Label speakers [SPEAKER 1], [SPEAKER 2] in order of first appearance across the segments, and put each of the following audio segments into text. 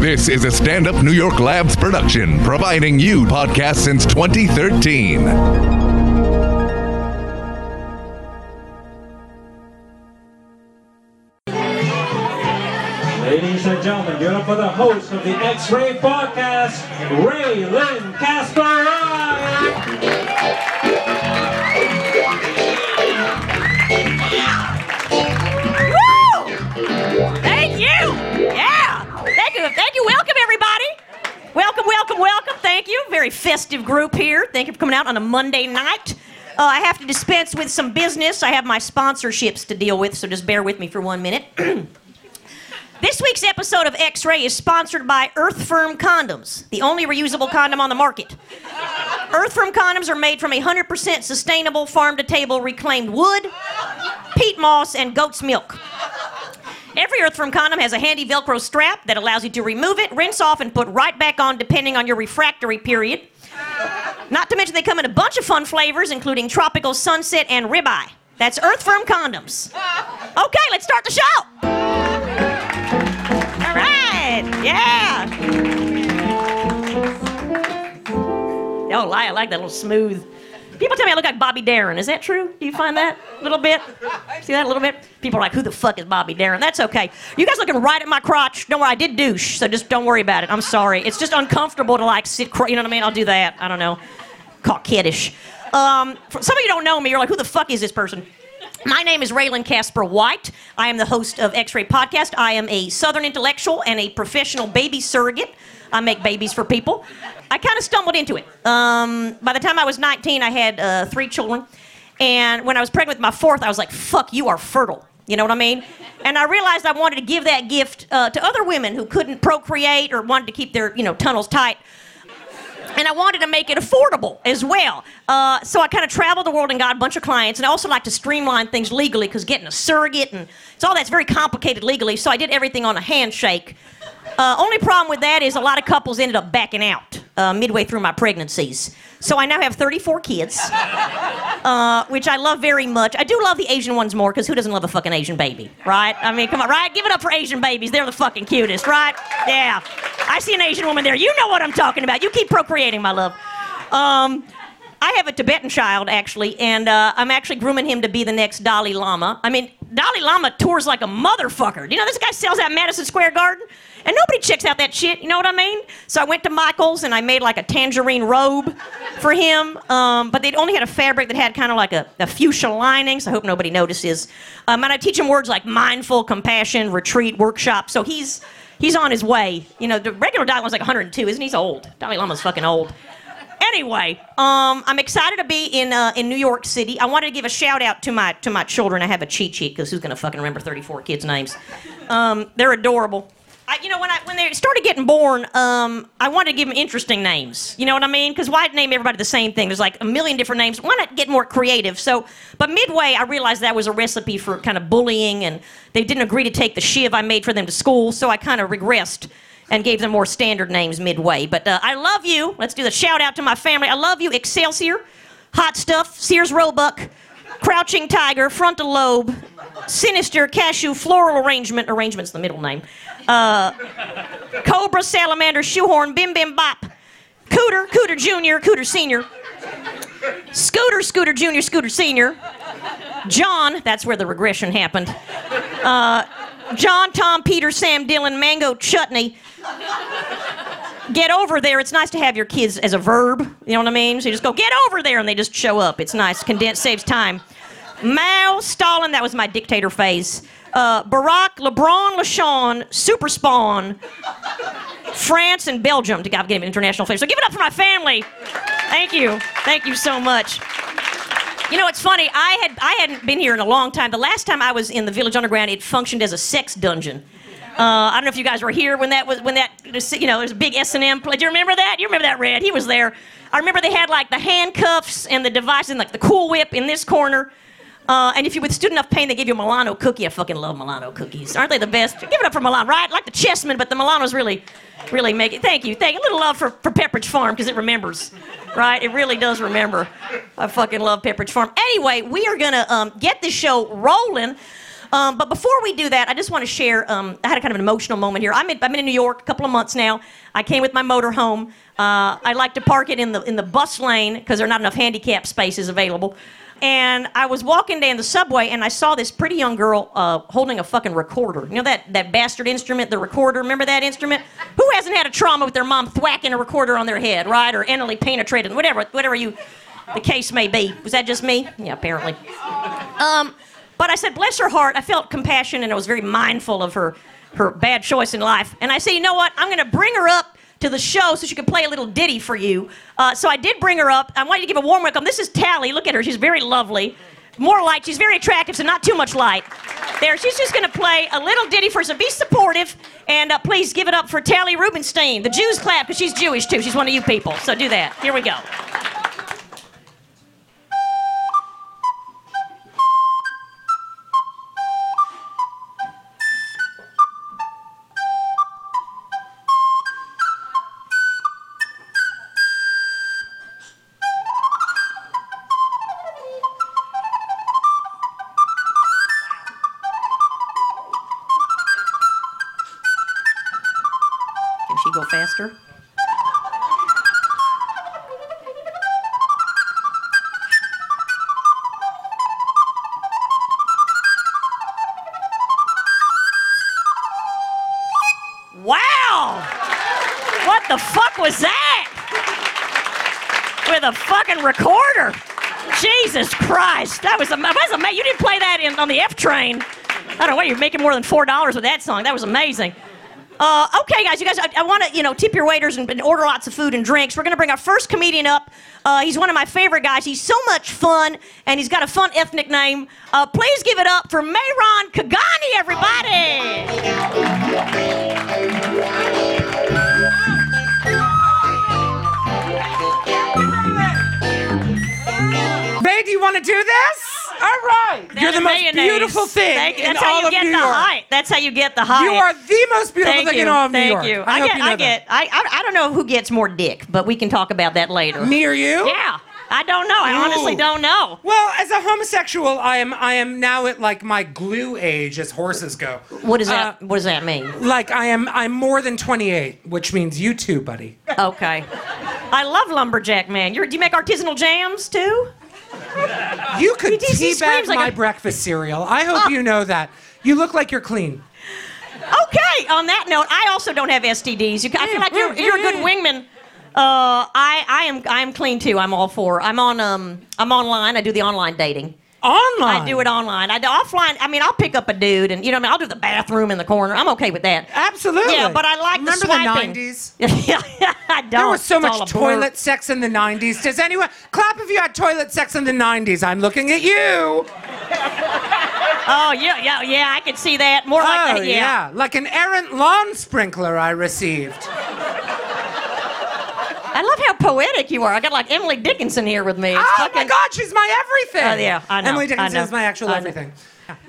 [SPEAKER 1] This is a stand up New York Labs production, providing you podcasts since 2013.
[SPEAKER 2] Ladies and gentlemen, give it up for the host of the X-Ray Podcast, Ray Lynn Casper.
[SPEAKER 3] Woo! Thank you. Yeah. Thank you. Thank you. Welcome, everybody. Welcome, welcome, welcome. Thank you. Very festive group here. Thank you for coming out on a Monday night. Uh, I have to dispense with some business. I have my sponsorships to deal with, so just bear with me for one minute. this week's episode of X Ray is sponsored by Earth Firm Condoms, the only reusable condom on the market. Earth Firm condoms are made from 100% sustainable farm to table reclaimed wood, peat moss, and goat's milk. Every Earthworm condom has a handy Velcro strap that allows you to remove it, rinse off, and put right back on depending on your refractory period. Not to mention, they come in a bunch of fun flavors, including tropical sunset and ribeye. That's Earthworm condoms. Okay, let's start the show. All right, yeah. Don't lie, I like that little smooth. People tell me I look like Bobby Darin. Is that true? Do you find that a little bit? See that a little bit? People are like, who the fuck is Bobby Darin? That's okay. You guys looking right at my crotch. Don't worry, I did douche, so just don't worry about it. I'm sorry. It's just uncomfortable to like sit, cro- you know what I mean? I'll do that. I don't know. Call kiddish. Um, for- some of you don't know me. You're like, who the fuck is this person? My name is Raylan Casper White. I am the host of X Ray Podcast. I am a Southern intellectual and a professional baby surrogate. I make babies for people. I kind of stumbled into it. Um, by the time I was 19, I had uh, three children. And when I was pregnant with my fourth, I was like, fuck, you are fertile. You know what I mean? And I realized I wanted to give that gift uh, to other women who couldn't procreate or wanted to keep their, you know, tunnels tight and I wanted to make it affordable as well. Uh, so I kind of traveled the world and got a bunch of clients, and I also like to streamline things legally because getting a surrogate and it's all that's very complicated legally. So I did everything on a handshake. Uh, only problem with that is a lot of couples ended up backing out uh, midway through my pregnancies. So I now have 34 kids, uh, which I love very much. I do love the Asian ones more because who doesn't love a fucking Asian baby, right? I mean, come on, right? Give it up for Asian babies. They're the fucking cutest, right? Yeah. I see an Asian woman there. You know what I'm talking about. You keep procreating, my love. Um, I have a Tibetan child, actually, and uh, I'm actually grooming him to be the next Dalai Lama. I mean, Dalai Lama tours like a motherfucker. Do You know, this guy sells out Madison Square Garden, and nobody checks out that shit. You know what I mean? So I went to Michael's and I made like a tangerine robe for him, um, but they only had a fabric that had kind of like a, a fuchsia lining, so I hope nobody notices. Um, and I teach him words like mindful, compassion, retreat, workshop. So he's he's on his way. You know, the regular Dalai Lama's like 102, isn't he? He's old. Dalai Lama's fucking old. Anyway, um, I'm excited to be in uh, in New York City. I wanted to give a shout out to my to my children. I have a cheat sheet because who's gonna fucking remember 34 kids' names? Um, they're adorable. I, you know, when I when they started getting born, um, I wanted to give them interesting names. You know what I mean? Because why name everybody the same thing? There's like a million different names. Why not get more creative? So, but midway, I realized that was a recipe for kind of bullying, and they didn't agree to take the shiv I made for them to school. So I kind of regressed and gave them more standard names midway. But uh, I love you. Let's do the shout out to my family. I love you, Excelsior, Hot Stuff, Sears Roebuck, Crouching Tiger, Frontal Lobe, Sinister, Cashew, Floral Arrangement. Arrangement's the middle name. Uh, Cobra, Salamander, Shoehorn, Bim Bim Bop, Cooter, Cooter Jr., Cooter Sr., Scooter, Scooter Jr., Scooter Sr., John, that's where the regression happened. Uh, John, Tom, Peter, Sam, Dylan, Mango, Chutney, get over there. It's nice to have your kids as a verb. You know what I mean? So you just go, get over there, and they just show up. It's nice. Condensed saves time. Mao, Stalin, that was my dictator phase. Uh, Barack, LeBron, LaShawn, Super Spawn, France, and Belgium to give him an international flavor. So give it up for my family. Thank you. Thank you so much. You know, it's funny. I had I hadn't been here in a long time. The last time I was in the Village Underground, it functioned as a sex dungeon. Uh, I don't know if you guys were here when that was when that you know there's a big S and M play. Do you remember that? You remember that Red? He was there. I remember they had like the handcuffs and the device and like the Cool Whip in this corner. Uh, and if you withstood enough pain, they gave you a Milano cookie. I fucking love Milano cookies. Aren't they the best? Give it up for Milano, right? Like the Chessmen, but the Milanos really, really make it. Thank you. Thank you. A little love for, for Pepperidge Farm because it remembers, right? It really does remember. I fucking love Pepperidge Farm. Anyway, we are going to um, get this show rolling. Um, but before we do that, I just want to share. Um, I had a kind of an emotional moment here. I'm in, I've been in New York a couple of months now. I came with my motor home. Uh, I like to park it in the in the bus lane because there are not enough handicap spaces available. And I was walking down the subway and I saw this pretty young girl uh, holding a fucking recorder. You know that, that bastard instrument, the recorder? Remember that instrument? Who hasn't had a trauma with their mom thwacking a recorder on their head, right? Or anally penetrating, whatever, whatever you, the case may be. Was that just me? Yeah, apparently. Um, but I said, bless her heart. I felt compassion and I was very mindful of her, her bad choice in life. And I said, you know what? I'm going to bring her up to the show so she can play a little ditty for you. Uh, so I did bring her up. I wanted to give a warm welcome. This is Tally. Look at her. She's very lovely. More light. She's very attractive, so not too much light. There, she's just going to play a little ditty for us. So be supportive, and uh, please give it up for Tally Rubenstein. The Jews clap because she's Jewish too. She's one of you people. So do that. Here we go. Can she go faster? Wow! What the fuck was that? With a fucking recorder. Jesus Christ, that was, am- that was amazing. You didn't play that in, on the F train. I don't know why you're making more than four dollars with that song. That was amazing. Uh, okay, guys, you guys, I, I want to, you know, tip your waiters and, and order lots of food and drinks. We're going to bring our first comedian up. Uh, he's one of my favorite guys. He's so much fun, and he's got a fun ethnic name. Uh, please give it up for Mayron Kagani, everybody.
[SPEAKER 4] Babe, do you want to do this? All right. You're the most
[SPEAKER 3] Mayonnaise.
[SPEAKER 4] beautiful thing
[SPEAKER 3] Thank you.
[SPEAKER 4] in
[SPEAKER 3] That's
[SPEAKER 4] all
[SPEAKER 3] how you
[SPEAKER 4] of
[SPEAKER 3] get
[SPEAKER 4] New
[SPEAKER 3] the
[SPEAKER 4] York.
[SPEAKER 3] height. That's how you get the height.
[SPEAKER 4] You are the most beautiful
[SPEAKER 3] Thank
[SPEAKER 4] thing
[SPEAKER 3] you.
[SPEAKER 4] in all of New
[SPEAKER 3] Thank
[SPEAKER 4] York.
[SPEAKER 3] you.
[SPEAKER 4] I, hope
[SPEAKER 3] get.
[SPEAKER 4] you know
[SPEAKER 3] I get. I, I. I don't know who gets more dick, but we can talk about that later.
[SPEAKER 4] That. Me or you?
[SPEAKER 3] Yeah. I don't know. I honestly
[SPEAKER 4] Ooh.
[SPEAKER 3] don't know.
[SPEAKER 4] Well, as a homosexual, I am I am now at like my glue age as horses go.
[SPEAKER 3] What does that? what does that mean?
[SPEAKER 4] Like I am I'm more than 28, which means you too, buddy.
[SPEAKER 3] Okay. I love lumberjack man. You're, do you make artisanal jams too?
[SPEAKER 4] You could
[SPEAKER 3] He- he
[SPEAKER 4] teabag
[SPEAKER 3] screams like
[SPEAKER 4] my
[SPEAKER 3] a-
[SPEAKER 4] breakfast cereal. I hope
[SPEAKER 3] Ah.
[SPEAKER 4] you know that. You look like you're clean.
[SPEAKER 3] Okay. On that note, I also don't have STDs. You, I feel like you're, you're a good wingman. Uh, I, I am I am clean too. I'm all for. I'm on um I'm online. I do the online dating.
[SPEAKER 4] Online.
[SPEAKER 3] I do it online. I do offline. I mean, I'll pick up a dude and you know what I mean. I'll do the bathroom in the corner. I'm okay with that.
[SPEAKER 4] Absolutely.
[SPEAKER 3] Yeah, but I like
[SPEAKER 4] Remember
[SPEAKER 3] the swiping.
[SPEAKER 4] the 90s?
[SPEAKER 3] yeah, I don't.
[SPEAKER 4] There was so
[SPEAKER 3] It's all
[SPEAKER 4] much
[SPEAKER 3] a blur.
[SPEAKER 4] toilet sex in the 90s. Does anyone clap if you had toilet sex in the 90s? I'm looking at you.
[SPEAKER 3] Oh yeah, yeah, yeah. I could see that more like
[SPEAKER 4] oh,
[SPEAKER 3] that.
[SPEAKER 4] yeah. Like an errant lawn sprinkler I received.
[SPEAKER 3] I love how poetic you are. I got like Emily Dickinson here with me. It's
[SPEAKER 4] oh my
[SPEAKER 3] fucking-
[SPEAKER 4] God, she's my everything.
[SPEAKER 3] Oh, yeah, I know,
[SPEAKER 4] Emily
[SPEAKER 3] I
[SPEAKER 4] Dickinson
[SPEAKER 3] know,
[SPEAKER 4] is my actual
[SPEAKER 3] I know.
[SPEAKER 4] everything.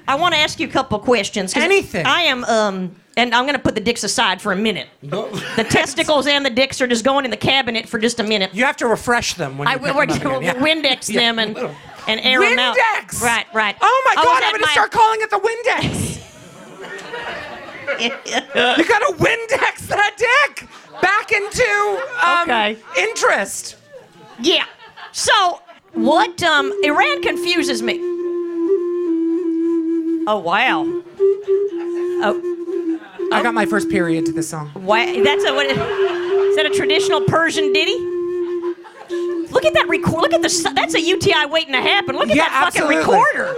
[SPEAKER 3] I want to ask you a couple questions. 'cause
[SPEAKER 4] Anything.
[SPEAKER 3] I am, um, and I'm going to put the dicks aside for a minute. The testicles and the dicks are just going in the cabinet for just a minute.
[SPEAKER 4] You have to refresh them when you
[SPEAKER 3] I
[SPEAKER 4] pick
[SPEAKER 3] will we're,
[SPEAKER 4] them up again, yeah.
[SPEAKER 3] Windex
[SPEAKER 4] Yeah,
[SPEAKER 3] them and,
[SPEAKER 4] a little.
[SPEAKER 3] and air them out.
[SPEAKER 4] Windex.
[SPEAKER 3] Right, right.
[SPEAKER 4] Oh my
[SPEAKER 3] is
[SPEAKER 4] God,
[SPEAKER 3] that
[SPEAKER 4] I'm gonna
[SPEAKER 3] my-
[SPEAKER 4] start calling it the Windex. you gotta Windex that dick back into um,
[SPEAKER 3] Okay.
[SPEAKER 4] interest.
[SPEAKER 3] Yeah. So what? Um, Iran confuses me. Oh wow. Oh
[SPEAKER 4] I got my first period to this song.
[SPEAKER 3] wow. That's a what? Is that a traditional Persian ditty? Look at that record. Look at the. s- That's a UTI waiting to happen. Look at
[SPEAKER 4] Yeah,
[SPEAKER 3] that fucking
[SPEAKER 4] absolutely.
[SPEAKER 3] recorder.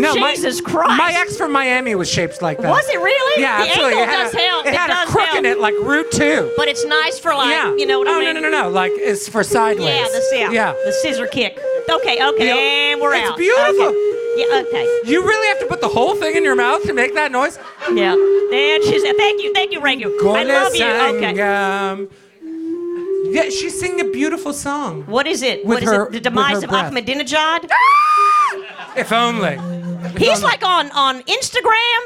[SPEAKER 4] No,
[SPEAKER 3] Jesus
[SPEAKER 4] my,
[SPEAKER 3] Christ.
[SPEAKER 4] My ex from Miami was shaped like that.
[SPEAKER 3] Was it really?
[SPEAKER 4] Yeah,
[SPEAKER 3] the
[SPEAKER 4] absolutely.
[SPEAKER 3] angle
[SPEAKER 4] it had
[SPEAKER 3] does
[SPEAKER 4] a,
[SPEAKER 3] help.
[SPEAKER 4] It had
[SPEAKER 3] does
[SPEAKER 4] a crook
[SPEAKER 3] help.
[SPEAKER 4] in it, like root two.
[SPEAKER 3] But it's nice for like,
[SPEAKER 4] yeah.
[SPEAKER 3] you know what
[SPEAKER 4] oh,
[SPEAKER 3] I mean?
[SPEAKER 4] no, no, no, no. Like it's for sideways.
[SPEAKER 3] Yeah, the yeah, the scissor kick. Okay, okay,
[SPEAKER 4] Yeah.
[SPEAKER 3] and we're
[SPEAKER 4] It's
[SPEAKER 3] out.
[SPEAKER 4] beautiful.
[SPEAKER 3] Okay. Yeah, okay.
[SPEAKER 4] You really have to put the whole thing in your mouth to make that noise.
[SPEAKER 3] Yeah. And she's thank you, thank you, Rangu. I love you. Okay.
[SPEAKER 4] Golesangam. um, Yeah, she's singing a beautiful song.
[SPEAKER 3] What is it?
[SPEAKER 4] With
[SPEAKER 3] what is
[SPEAKER 4] her-
[SPEAKER 3] it? The
[SPEAKER 4] with
[SPEAKER 3] demise
[SPEAKER 4] her
[SPEAKER 3] of
[SPEAKER 4] breath.
[SPEAKER 3] Ahmadinejad?
[SPEAKER 4] If only.
[SPEAKER 3] He's like on on Instagram.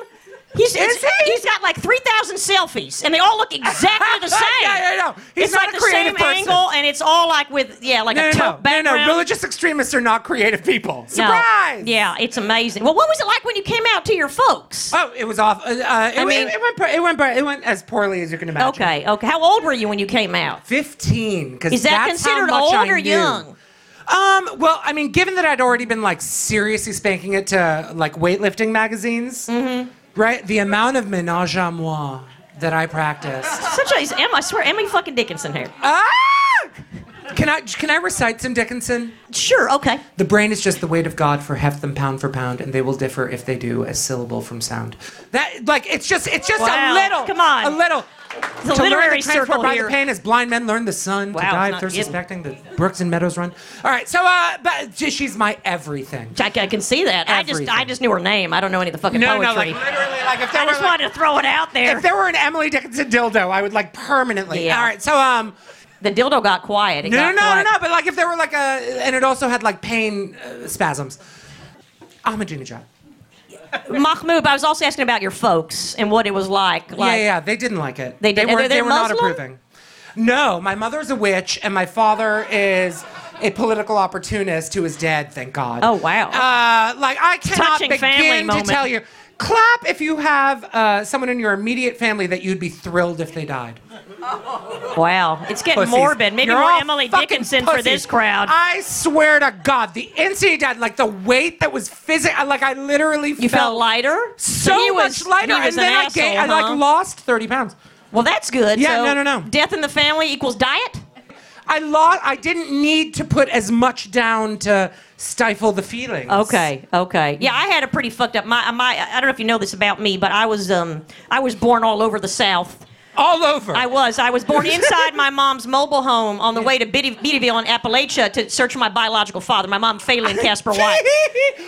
[SPEAKER 3] He's, it's-
[SPEAKER 4] Is he?
[SPEAKER 3] He's got like 3,000 selfies, and they all look exactly the same.
[SPEAKER 4] Yeah, yeah, no. He's
[SPEAKER 3] it's
[SPEAKER 4] not
[SPEAKER 3] like
[SPEAKER 4] a
[SPEAKER 3] the same
[SPEAKER 4] creative person.
[SPEAKER 3] angle, and it's all like with, yeah, like
[SPEAKER 4] No,
[SPEAKER 3] a
[SPEAKER 4] no,
[SPEAKER 3] tote
[SPEAKER 4] no, no,
[SPEAKER 3] background.
[SPEAKER 4] no. Religious extremists are not creative people.
[SPEAKER 3] No.
[SPEAKER 4] Surprise!
[SPEAKER 3] Yeah, it's amazing. Well, what was it like when you came out to your folks?
[SPEAKER 4] Oh, it was off. Uh, uh, it,
[SPEAKER 3] I
[SPEAKER 4] I
[SPEAKER 3] mean-
[SPEAKER 4] mean, it went, pr- it went, pr- it went as poorly as you can imagine.
[SPEAKER 3] Okay, okay. How old were you when you came out?
[SPEAKER 4] Fifteen. Because
[SPEAKER 3] Is that considered old or young?
[SPEAKER 4] Um, well, I mean, given that I'd already been like seriously spanking it to like weightlifting magazines,
[SPEAKER 3] Mm-hmm.
[SPEAKER 4] right? The amount of menage à moi that I practiced.
[SPEAKER 3] Such a, is Emma, I swear, Emily fucking Dickinson here.
[SPEAKER 4] ah! Can I can I recite some Dickinson?
[SPEAKER 3] Sure, okay.
[SPEAKER 4] The brain is just the weight of God for heft them pound for pound, and they will differ if they do as syllable from sound. That like it's just it's just
[SPEAKER 3] Wow.
[SPEAKER 4] a little.
[SPEAKER 3] Come on.
[SPEAKER 4] a little.
[SPEAKER 3] a
[SPEAKER 4] to learn
[SPEAKER 3] literary
[SPEAKER 4] the transport
[SPEAKER 3] circle
[SPEAKER 4] by
[SPEAKER 3] here.
[SPEAKER 4] The pain as blind men learn the sun.
[SPEAKER 3] Wow,
[SPEAKER 4] to
[SPEAKER 3] it's
[SPEAKER 4] die
[SPEAKER 3] not
[SPEAKER 4] of thirst
[SPEAKER 3] getting-
[SPEAKER 4] suspecting the brooks and meadows run. All right, so uh, but j- she's my everything.
[SPEAKER 3] I, I can see that. I just I
[SPEAKER 4] Everything.
[SPEAKER 3] just knew her name. I don't know any of the fucking
[SPEAKER 4] No,
[SPEAKER 3] poetry.
[SPEAKER 4] no, like literally, like if there
[SPEAKER 3] I
[SPEAKER 4] were
[SPEAKER 3] just
[SPEAKER 4] like,
[SPEAKER 3] wanted to throw it out there.
[SPEAKER 4] if there were an Emily Dickinson dildo, I would like permanently.
[SPEAKER 3] Yeah.
[SPEAKER 4] All right, so um,
[SPEAKER 3] The dildo got quiet. It
[SPEAKER 4] no,
[SPEAKER 3] got
[SPEAKER 4] no, no, no,
[SPEAKER 3] quiet.
[SPEAKER 4] no, but like if there were like a, and it also had like pain uh, spasms. Ahmadinejad.
[SPEAKER 3] Mahmoud, I was also asking about your folks and what it was like.
[SPEAKER 4] Yeah,
[SPEAKER 3] like
[SPEAKER 4] yeah, yeah, they didn't like it.
[SPEAKER 3] They didn't-
[SPEAKER 4] They were,
[SPEAKER 3] are they
[SPEAKER 4] they were not
[SPEAKER 3] Muslim?
[SPEAKER 4] approving. No, my mother's a witch, and my father is a political opportunist who is dead. Thank God.
[SPEAKER 3] Oh, wow.
[SPEAKER 4] Uh, like I cannot
[SPEAKER 3] Touching family
[SPEAKER 4] begin to
[SPEAKER 3] moment.
[SPEAKER 4] tell you. Clap if you have uh, someone in your immediate family that you'd be thrilled if they died.
[SPEAKER 3] Wow, it's getting
[SPEAKER 4] Pussies.
[SPEAKER 3] morbid. Maybe
[SPEAKER 4] You're
[SPEAKER 3] we're
[SPEAKER 4] all
[SPEAKER 3] Emily
[SPEAKER 4] fucking
[SPEAKER 3] Dickinson for
[SPEAKER 4] pussies.
[SPEAKER 3] this crowd.
[SPEAKER 4] I swear to God, the instant died, like the weight that was physical, like I literally
[SPEAKER 3] you felt lighter.
[SPEAKER 4] so
[SPEAKER 3] He
[SPEAKER 4] much
[SPEAKER 3] was-
[SPEAKER 4] lighter,
[SPEAKER 3] He was
[SPEAKER 4] and then
[SPEAKER 3] an
[SPEAKER 4] I,
[SPEAKER 3] asshole,
[SPEAKER 4] gained, I
[SPEAKER 3] huh?
[SPEAKER 4] like lost thirty pounds.
[SPEAKER 3] Well, that's good.
[SPEAKER 4] Yeah,
[SPEAKER 3] So
[SPEAKER 4] no, no, no.
[SPEAKER 3] Death in the family equals diet.
[SPEAKER 4] I lost. I didn't need to put as much down to stifle the feelings.
[SPEAKER 3] Okay, okay. Yeah, I had a pretty fucked up. My, my, I don't know if you know this about me, but I was, um, I was born all over the South.
[SPEAKER 4] All over.
[SPEAKER 3] I was. I was born inside my mom's mobile home on the way to Biddy, Biddyville in Appalachia to search for my biological father, my mom, Phelan Casper White.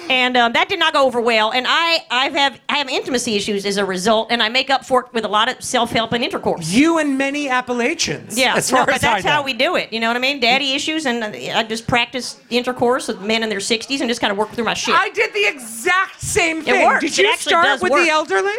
[SPEAKER 3] and um, that did not go over well. And I, I have, I have intimacy issues as a result, and I make up for it with a lot of self-help and intercourse.
[SPEAKER 4] you and many Appalachians.
[SPEAKER 3] Yeah,
[SPEAKER 4] As far
[SPEAKER 3] no, but
[SPEAKER 4] as
[SPEAKER 3] that's
[SPEAKER 4] I know.
[SPEAKER 3] how we do it. You know what I mean? Daddy issues, and uh, I just practice intercourse with men in their 60s and just kind of work through my shit.
[SPEAKER 4] I did the exact same thing.
[SPEAKER 3] works.
[SPEAKER 4] Did
[SPEAKER 3] It
[SPEAKER 4] you
[SPEAKER 3] actually
[SPEAKER 4] start
[SPEAKER 3] does
[SPEAKER 4] with
[SPEAKER 3] work.
[SPEAKER 4] the elderly?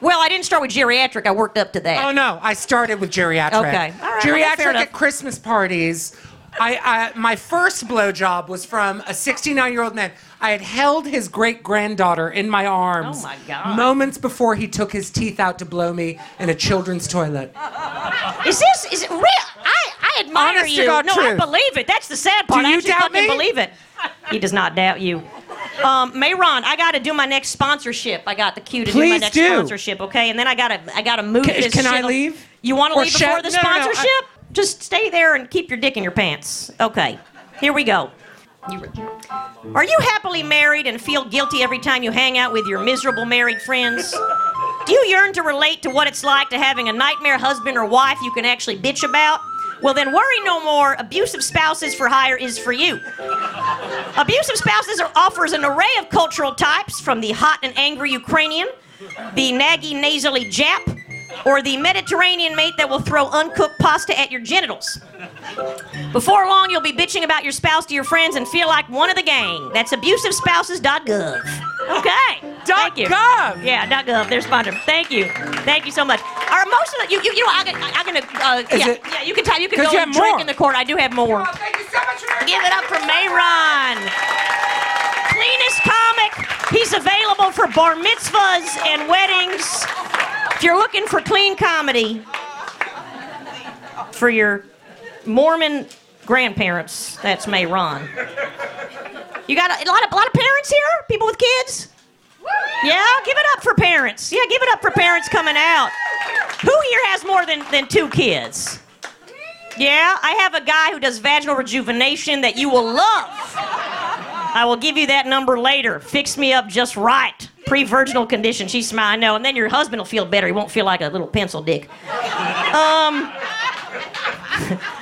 [SPEAKER 3] well, I didn't start with geriatric. I worked up to that.
[SPEAKER 4] Oh no, I started with geriatric.
[SPEAKER 3] Okay. All right, well, fair
[SPEAKER 4] Geriatric
[SPEAKER 3] enough.
[SPEAKER 4] at Christmas parties. I, I my first blowjob was from a 69 year old man. I had held his great granddaughter in my arms.
[SPEAKER 3] Oh, my God.
[SPEAKER 4] Moments before he took his teeth out to blow me in a children's toilet.
[SPEAKER 3] Is this is it real? I I admire
[SPEAKER 4] Honest to
[SPEAKER 3] you.
[SPEAKER 4] God
[SPEAKER 3] no, I
[SPEAKER 4] truth.
[SPEAKER 3] believe it. That's the sad part.
[SPEAKER 4] Do
[SPEAKER 3] I
[SPEAKER 4] you
[SPEAKER 3] actually
[SPEAKER 4] doubt
[SPEAKER 3] fucking
[SPEAKER 4] me?
[SPEAKER 3] believe it. He does not doubt you. Um, Mayron, I got to do my next sponsorship. I got the cue to do my
[SPEAKER 4] Please
[SPEAKER 3] next
[SPEAKER 4] do.
[SPEAKER 3] sponsorship, okay? And then I gotta I gotta move
[SPEAKER 4] Can-
[SPEAKER 3] this.
[SPEAKER 4] can I
[SPEAKER 3] shit-
[SPEAKER 4] leave?
[SPEAKER 3] You want to
[SPEAKER 4] Or
[SPEAKER 3] leave before
[SPEAKER 4] shall-
[SPEAKER 3] the
[SPEAKER 4] no, no, no, I-
[SPEAKER 3] sponsorship? Just stay there and keep your dick in your pants. Okay, here we go. You- Are you happily married and feel guilty every time you hang out with your miserable married friends? Do you yearn to relate to what it's like to having a nightmare husband or wife you can actually bitch about? Well, then worry no more. Abusive Spouses for Hire is for you. Abusive Spouses are- offers an array of cultural types from the hot and angry Ukrainian, the naggy nasally Jap, or the Mediterranean mate that will throw uncooked pasta at your genitals. Before long, you'll be bitching about your spouse to your friends and feel like one of the gang. That's abusivespouses.gov. Okay. Thank you.
[SPEAKER 4] .gov.
[SPEAKER 3] Yeah, dot .gov. Their sponsor. Thank you. Thank you so much. Are most of the you you, you know I can I can uh,
[SPEAKER 4] Is
[SPEAKER 3] yeah,
[SPEAKER 4] it-
[SPEAKER 3] yeah you can tell you can
[SPEAKER 4] 'Cause
[SPEAKER 3] go
[SPEAKER 4] you
[SPEAKER 3] and
[SPEAKER 4] have
[SPEAKER 3] drink
[SPEAKER 4] more.
[SPEAKER 3] in the court. I do have more.
[SPEAKER 4] Oh, thank you so much for
[SPEAKER 3] Give it up for Mayron. Cleanest comic. He's available for bar mitzvahs and weddings. If you're looking for clean comedy for your Mormon grandparents, that's Mayron. You got a, a lot of a lot of parents here? People with kids? Yeah, give it up for parents. Yeah, give it up for parents coming out. Who here has more than, than two kids? Yeah, I have a guy who does vaginal rejuvenation that you will love. I will give you that number later. Fix me up just right. Pre virginal condition. She smiled, I know. And then your husband will feel better. He won't feel like a little pencil dick. Um,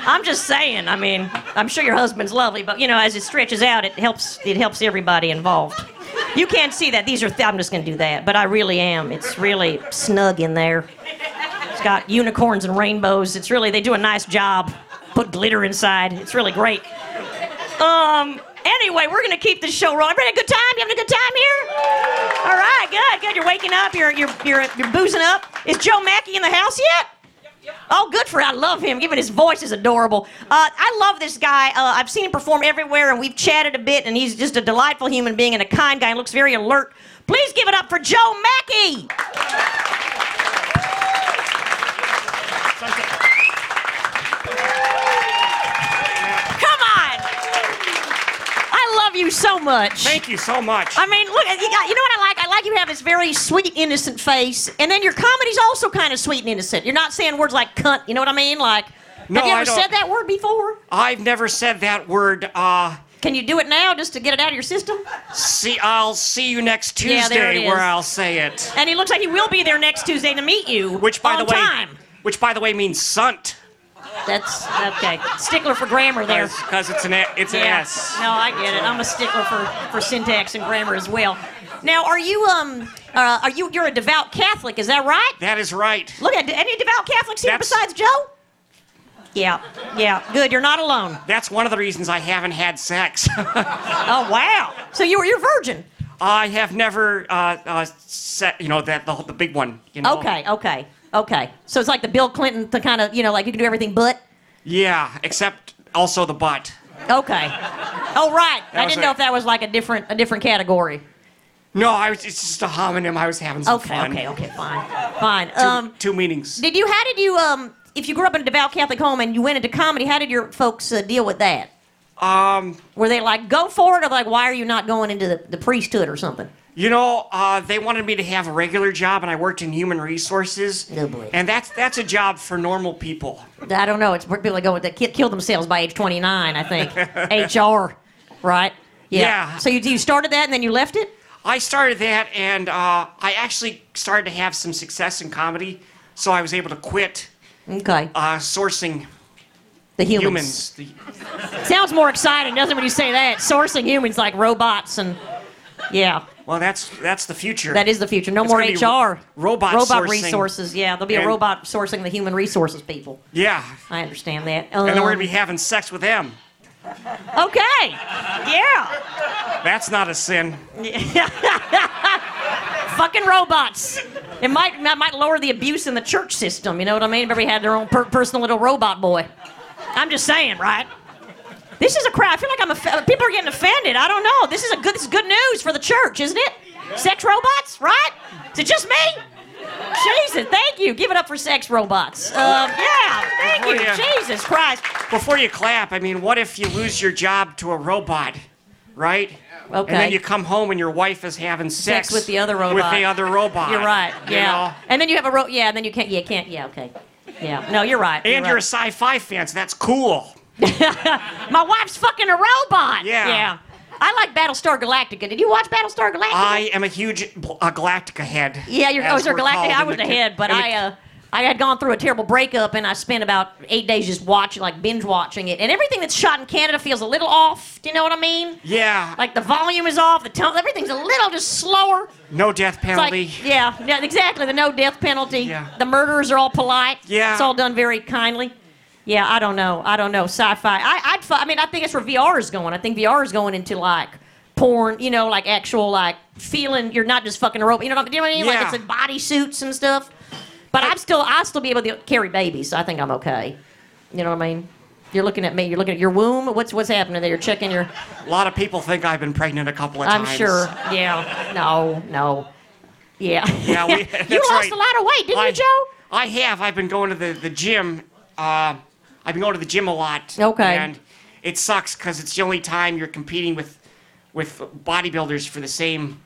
[SPEAKER 3] I'm just saying. I mean, I'm sure your husband's lovely, but you know, as it stretches out, it helps. It helps everybody involved. You can't see that. These are. Th- I'm just gonna do that, but I really am. It's really snug in there. It's got unicorns and rainbows. It's really, they do a nice job. Put glitter inside. It's really great. Um, Anyway, we're gonna keep this show rolling. Everybody had a good time? You having a good time here? All right, good, good. You're waking up. You're you're you're, you're boozing up. Is Joe Mackey in the house yet? Oh, good for I love him. Even his voice is adorable. Uh, I love this guy. Uh, I've seen him perform everywhere, and we've chatted a bit, and he's just a delightful human being and a kind guy and looks very alert. Please give it up for Joe Mackey. Come on. I love you so much.
[SPEAKER 5] Thank you so much.
[SPEAKER 3] I mean, look, you, got, you know what I like? I like you have this very sweet, innocent face, and then your comedy's also kind of sweet and innocent. You're not saying words like cunt, you know what I mean? Like,
[SPEAKER 5] No,
[SPEAKER 3] have you
[SPEAKER 5] I
[SPEAKER 3] ever
[SPEAKER 5] don't.
[SPEAKER 3] said that word before?
[SPEAKER 5] I've never said that word. Uh,
[SPEAKER 3] Can you do it now just to get it out of your system?
[SPEAKER 5] see, I'll see you next Tuesday,
[SPEAKER 3] Yeah, there it is.
[SPEAKER 5] where I'll say it.
[SPEAKER 3] And he looks like he will be there next Tuesday to meet you.
[SPEAKER 5] Which, by
[SPEAKER 3] on
[SPEAKER 5] the way,
[SPEAKER 3] time.
[SPEAKER 5] which, by the way, means sunt,
[SPEAKER 3] That's okay. Stickler for grammar there.
[SPEAKER 5] because it's an a, it's an s.
[SPEAKER 3] No, I get it. I'm a stickler for, for syntax and grammar as well. Now, are you um uh, are you you're a devout Catholic? Is that right?
[SPEAKER 5] That is right.
[SPEAKER 3] Look at any devout Catholics here
[SPEAKER 5] That's-
[SPEAKER 3] besides Joe? Yeah, yeah, good. You're not alone.
[SPEAKER 5] That's one of the reasons I haven't had sex.
[SPEAKER 3] Oh wow. So you were you're virgin.
[SPEAKER 5] I have never uh, uh, set, you know, that the whole, the big one. You know.
[SPEAKER 3] Okay, okay, okay. So it's like the Bill Clinton, the kind of you know, like you can do everything but.
[SPEAKER 5] Yeah, except also the butt.
[SPEAKER 3] Okay. Oh right.
[SPEAKER 5] That
[SPEAKER 3] I
[SPEAKER 5] was
[SPEAKER 3] didn't
[SPEAKER 5] it.
[SPEAKER 3] know if that was like a different a different category.
[SPEAKER 5] No, I was. It's just a homonym. I was having some
[SPEAKER 3] Okay,
[SPEAKER 5] fun.
[SPEAKER 3] okay, okay, fine, fine.
[SPEAKER 5] Two,
[SPEAKER 3] Um,
[SPEAKER 5] two meanings.
[SPEAKER 3] did you? How did you? Um, if you grew up in a devout Catholic home and you went into comedy, how did your folks uh, deal with that?
[SPEAKER 5] Um,
[SPEAKER 3] Were they like, "Go for it," or like, "Why are you not going into the, the priesthood or something"?
[SPEAKER 5] You know, uh, they wanted me to have a regular job, and I worked in human resources.
[SPEAKER 3] Oh, boy.
[SPEAKER 5] And that's that's a job for normal people.
[SPEAKER 3] I don't know. It's where people that go with that kill themselves by age 29, I think. HR, right?
[SPEAKER 5] Yeah.
[SPEAKER 3] So you, you started that and then you left it?
[SPEAKER 5] I started that, and uh, I actually started to have some success in comedy, so I was able to quit
[SPEAKER 3] Okay.
[SPEAKER 5] uh, sourcing
[SPEAKER 3] the humans.
[SPEAKER 5] humans. The,
[SPEAKER 3] Sounds more exciting, doesn't it, when you say that? Sourcing humans like robots and yeah,
[SPEAKER 5] well, that's that's the future.
[SPEAKER 3] that is the future. No
[SPEAKER 5] It's
[SPEAKER 3] more
[SPEAKER 5] gonna be
[SPEAKER 3] HR.
[SPEAKER 5] ro- robot
[SPEAKER 3] robot
[SPEAKER 5] sourcing.
[SPEAKER 3] resources. Yeah, there'll be a
[SPEAKER 5] And-
[SPEAKER 3] robot sourcing the human resources people.
[SPEAKER 5] Yeah,
[SPEAKER 3] I understand that.
[SPEAKER 5] and then
[SPEAKER 3] Um,
[SPEAKER 5] we're gonna be having sex with them.
[SPEAKER 3] okay. Yeah.
[SPEAKER 5] That's not a sin.
[SPEAKER 3] fucking robots. It might that might lower the abuse in the church system. You know what I mean? Everybody had their own per- personal little robot boy. I'm just saying, right? This is a crowd. I feel like I'm off- people are getting offended. I don't know. This is a good. This is good news for the church, isn't it? Sex robots, right? Is it just me? Jesus, thank you. Give it up for sex robots. Um, yeah, thank you.
[SPEAKER 5] Before you-
[SPEAKER 3] Jesus Christ.
[SPEAKER 5] Before you clap, I mean, what if you lose your job to a robot, right?
[SPEAKER 3] Okay.
[SPEAKER 5] And then you come home and your wife is having sex,
[SPEAKER 3] Sex with the other
[SPEAKER 5] With
[SPEAKER 3] robot.
[SPEAKER 5] the other robot.
[SPEAKER 3] You're right.
[SPEAKER 5] you
[SPEAKER 3] Yeah.
[SPEAKER 5] know?
[SPEAKER 3] And then you have a ro- yeah. And then you can't. Yeah, can't. Yeah, okay. Yeah. No, you're right.
[SPEAKER 5] And
[SPEAKER 3] you're
[SPEAKER 5] you're a
[SPEAKER 3] right.
[SPEAKER 5] sci-fi fan, so that's cool.
[SPEAKER 3] My wife's fucking a robot.
[SPEAKER 5] Yeah.
[SPEAKER 3] Yeah. I like Battlestar Galactica. Did you watch Battlestar Galactica?
[SPEAKER 5] I am a huge bl- uh, Galactica head.
[SPEAKER 3] yeah, you're, oh,
[SPEAKER 5] as
[SPEAKER 3] sir,
[SPEAKER 5] we're called
[SPEAKER 3] Galactica. I
[SPEAKER 5] in
[SPEAKER 3] was
[SPEAKER 5] the
[SPEAKER 3] the
[SPEAKER 5] ki-
[SPEAKER 3] head, but
[SPEAKER 5] in the-
[SPEAKER 3] I uh, I had gone through a terrible breakup, and I spent about eight days just watching, like binge watching it. And everything that's shot in Canada feels a little off. Do you know what I mean?
[SPEAKER 5] yeah,
[SPEAKER 3] Like the volume is off, the tone, everything's a little just slower.
[SPEAKER 5] no death
[SPEAKER 3] It's like-
[SPEAKER 5] penalty.
[SPEAKER 3] yeah, yeah, exactly. The no death penalty.
[SPEAKER 5] Yeah.
[SPEAKER 3] The murderers are all polite.
[SPEAKER 5] Yeah.
[SPEAKER 3] It's all done very kindly. Yeah, I don't know. I don't know. Sci-fi. I, I'd. fi- I mean, I think that's where VR is going. I think VR is going into like porn. You know, like actual like feeling. You're not just fucking a robot. You know what I mean? You know what I mean?
[SPEAKER 5] Yeah.
[SPEAKER 3] Like it's in body suits and stuff. But I'm still. I still be able to carry babies. So I think I'm okay. You know what I mean? You're looking at me. You're looking at your womb. What's what's happening there? You're checking your.
[SPEAKER 5] A lot of people think I've been pregnant a couple of
[SPEAKER 3] I'm
[SPEAKER 5] times.
[SPEAKER 3] sure. Yeah. No. No. Yeah.
[SPEAKER 5] Yeah, we,
[SPEAKER 3] you lost
[SPEAKER 5] that's right.
[SPEAKER 3] a lot of weight, didn't
[SPEAKER 5] I-
[SPEAKER 3] you, Joe?
[SPEAKER 5] I have. I've been going to the the gym. Uh, I've been going to the gym a lot.
[SPEAKER 3] Okay.
[SPEAKER 5] And it sucks because it's the only time you're competing with with bodybuilders for the same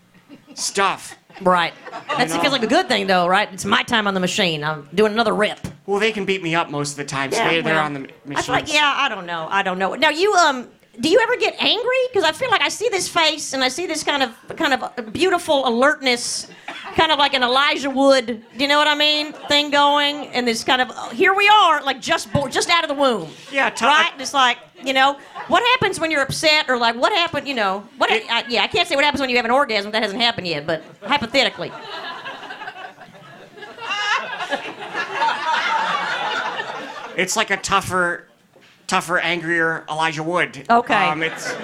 [SPEAKER 5] stuff.
[SPEAKER 3] Right. That
[SPEAKER 5] know.
[SPEAKER 3] feels like a good thing, though, right? It's my time on the machine. I'm doing another rip.
[SPEAKER 5] Well, they can beat me up most of the time, so
[SPEAKER 3] Yeah,
[SPEAKER 5] they, they're
[SPEAKER 3] well,
[SPEAKER 5] on the m-
[SPEAKER 3] I
[SPEAKER 5] machines.
[SPEAKER 3] feel like, yeah, I don't know. I don't know. Now, you, um, do you ever get angry? Because I feel like I see this face and I see this kind of, kind of beautiful alertness, kind of like an Elijah Wood, do you know what I mean? Thing going, and this kind of, oh, here we are, like just, bo- just out of the womb.
[SPEAKER 5] Yeah, t-
[SPEAKER 3] right? And it's like, you know, what happens when you're upset, or like, what happened, you know, what?
[SPEAKER 5] It-
[SPEAKER 3] I, yeah, I can't say what happens when you have an orgasm. That hasn't happened yet, but hypothetically.
[SPEAKER 5] It's like a tougher, tougher, angrier Elijah Wood.
[SPEAKER 3] Okay.
[SPEAKER 5] Um, it's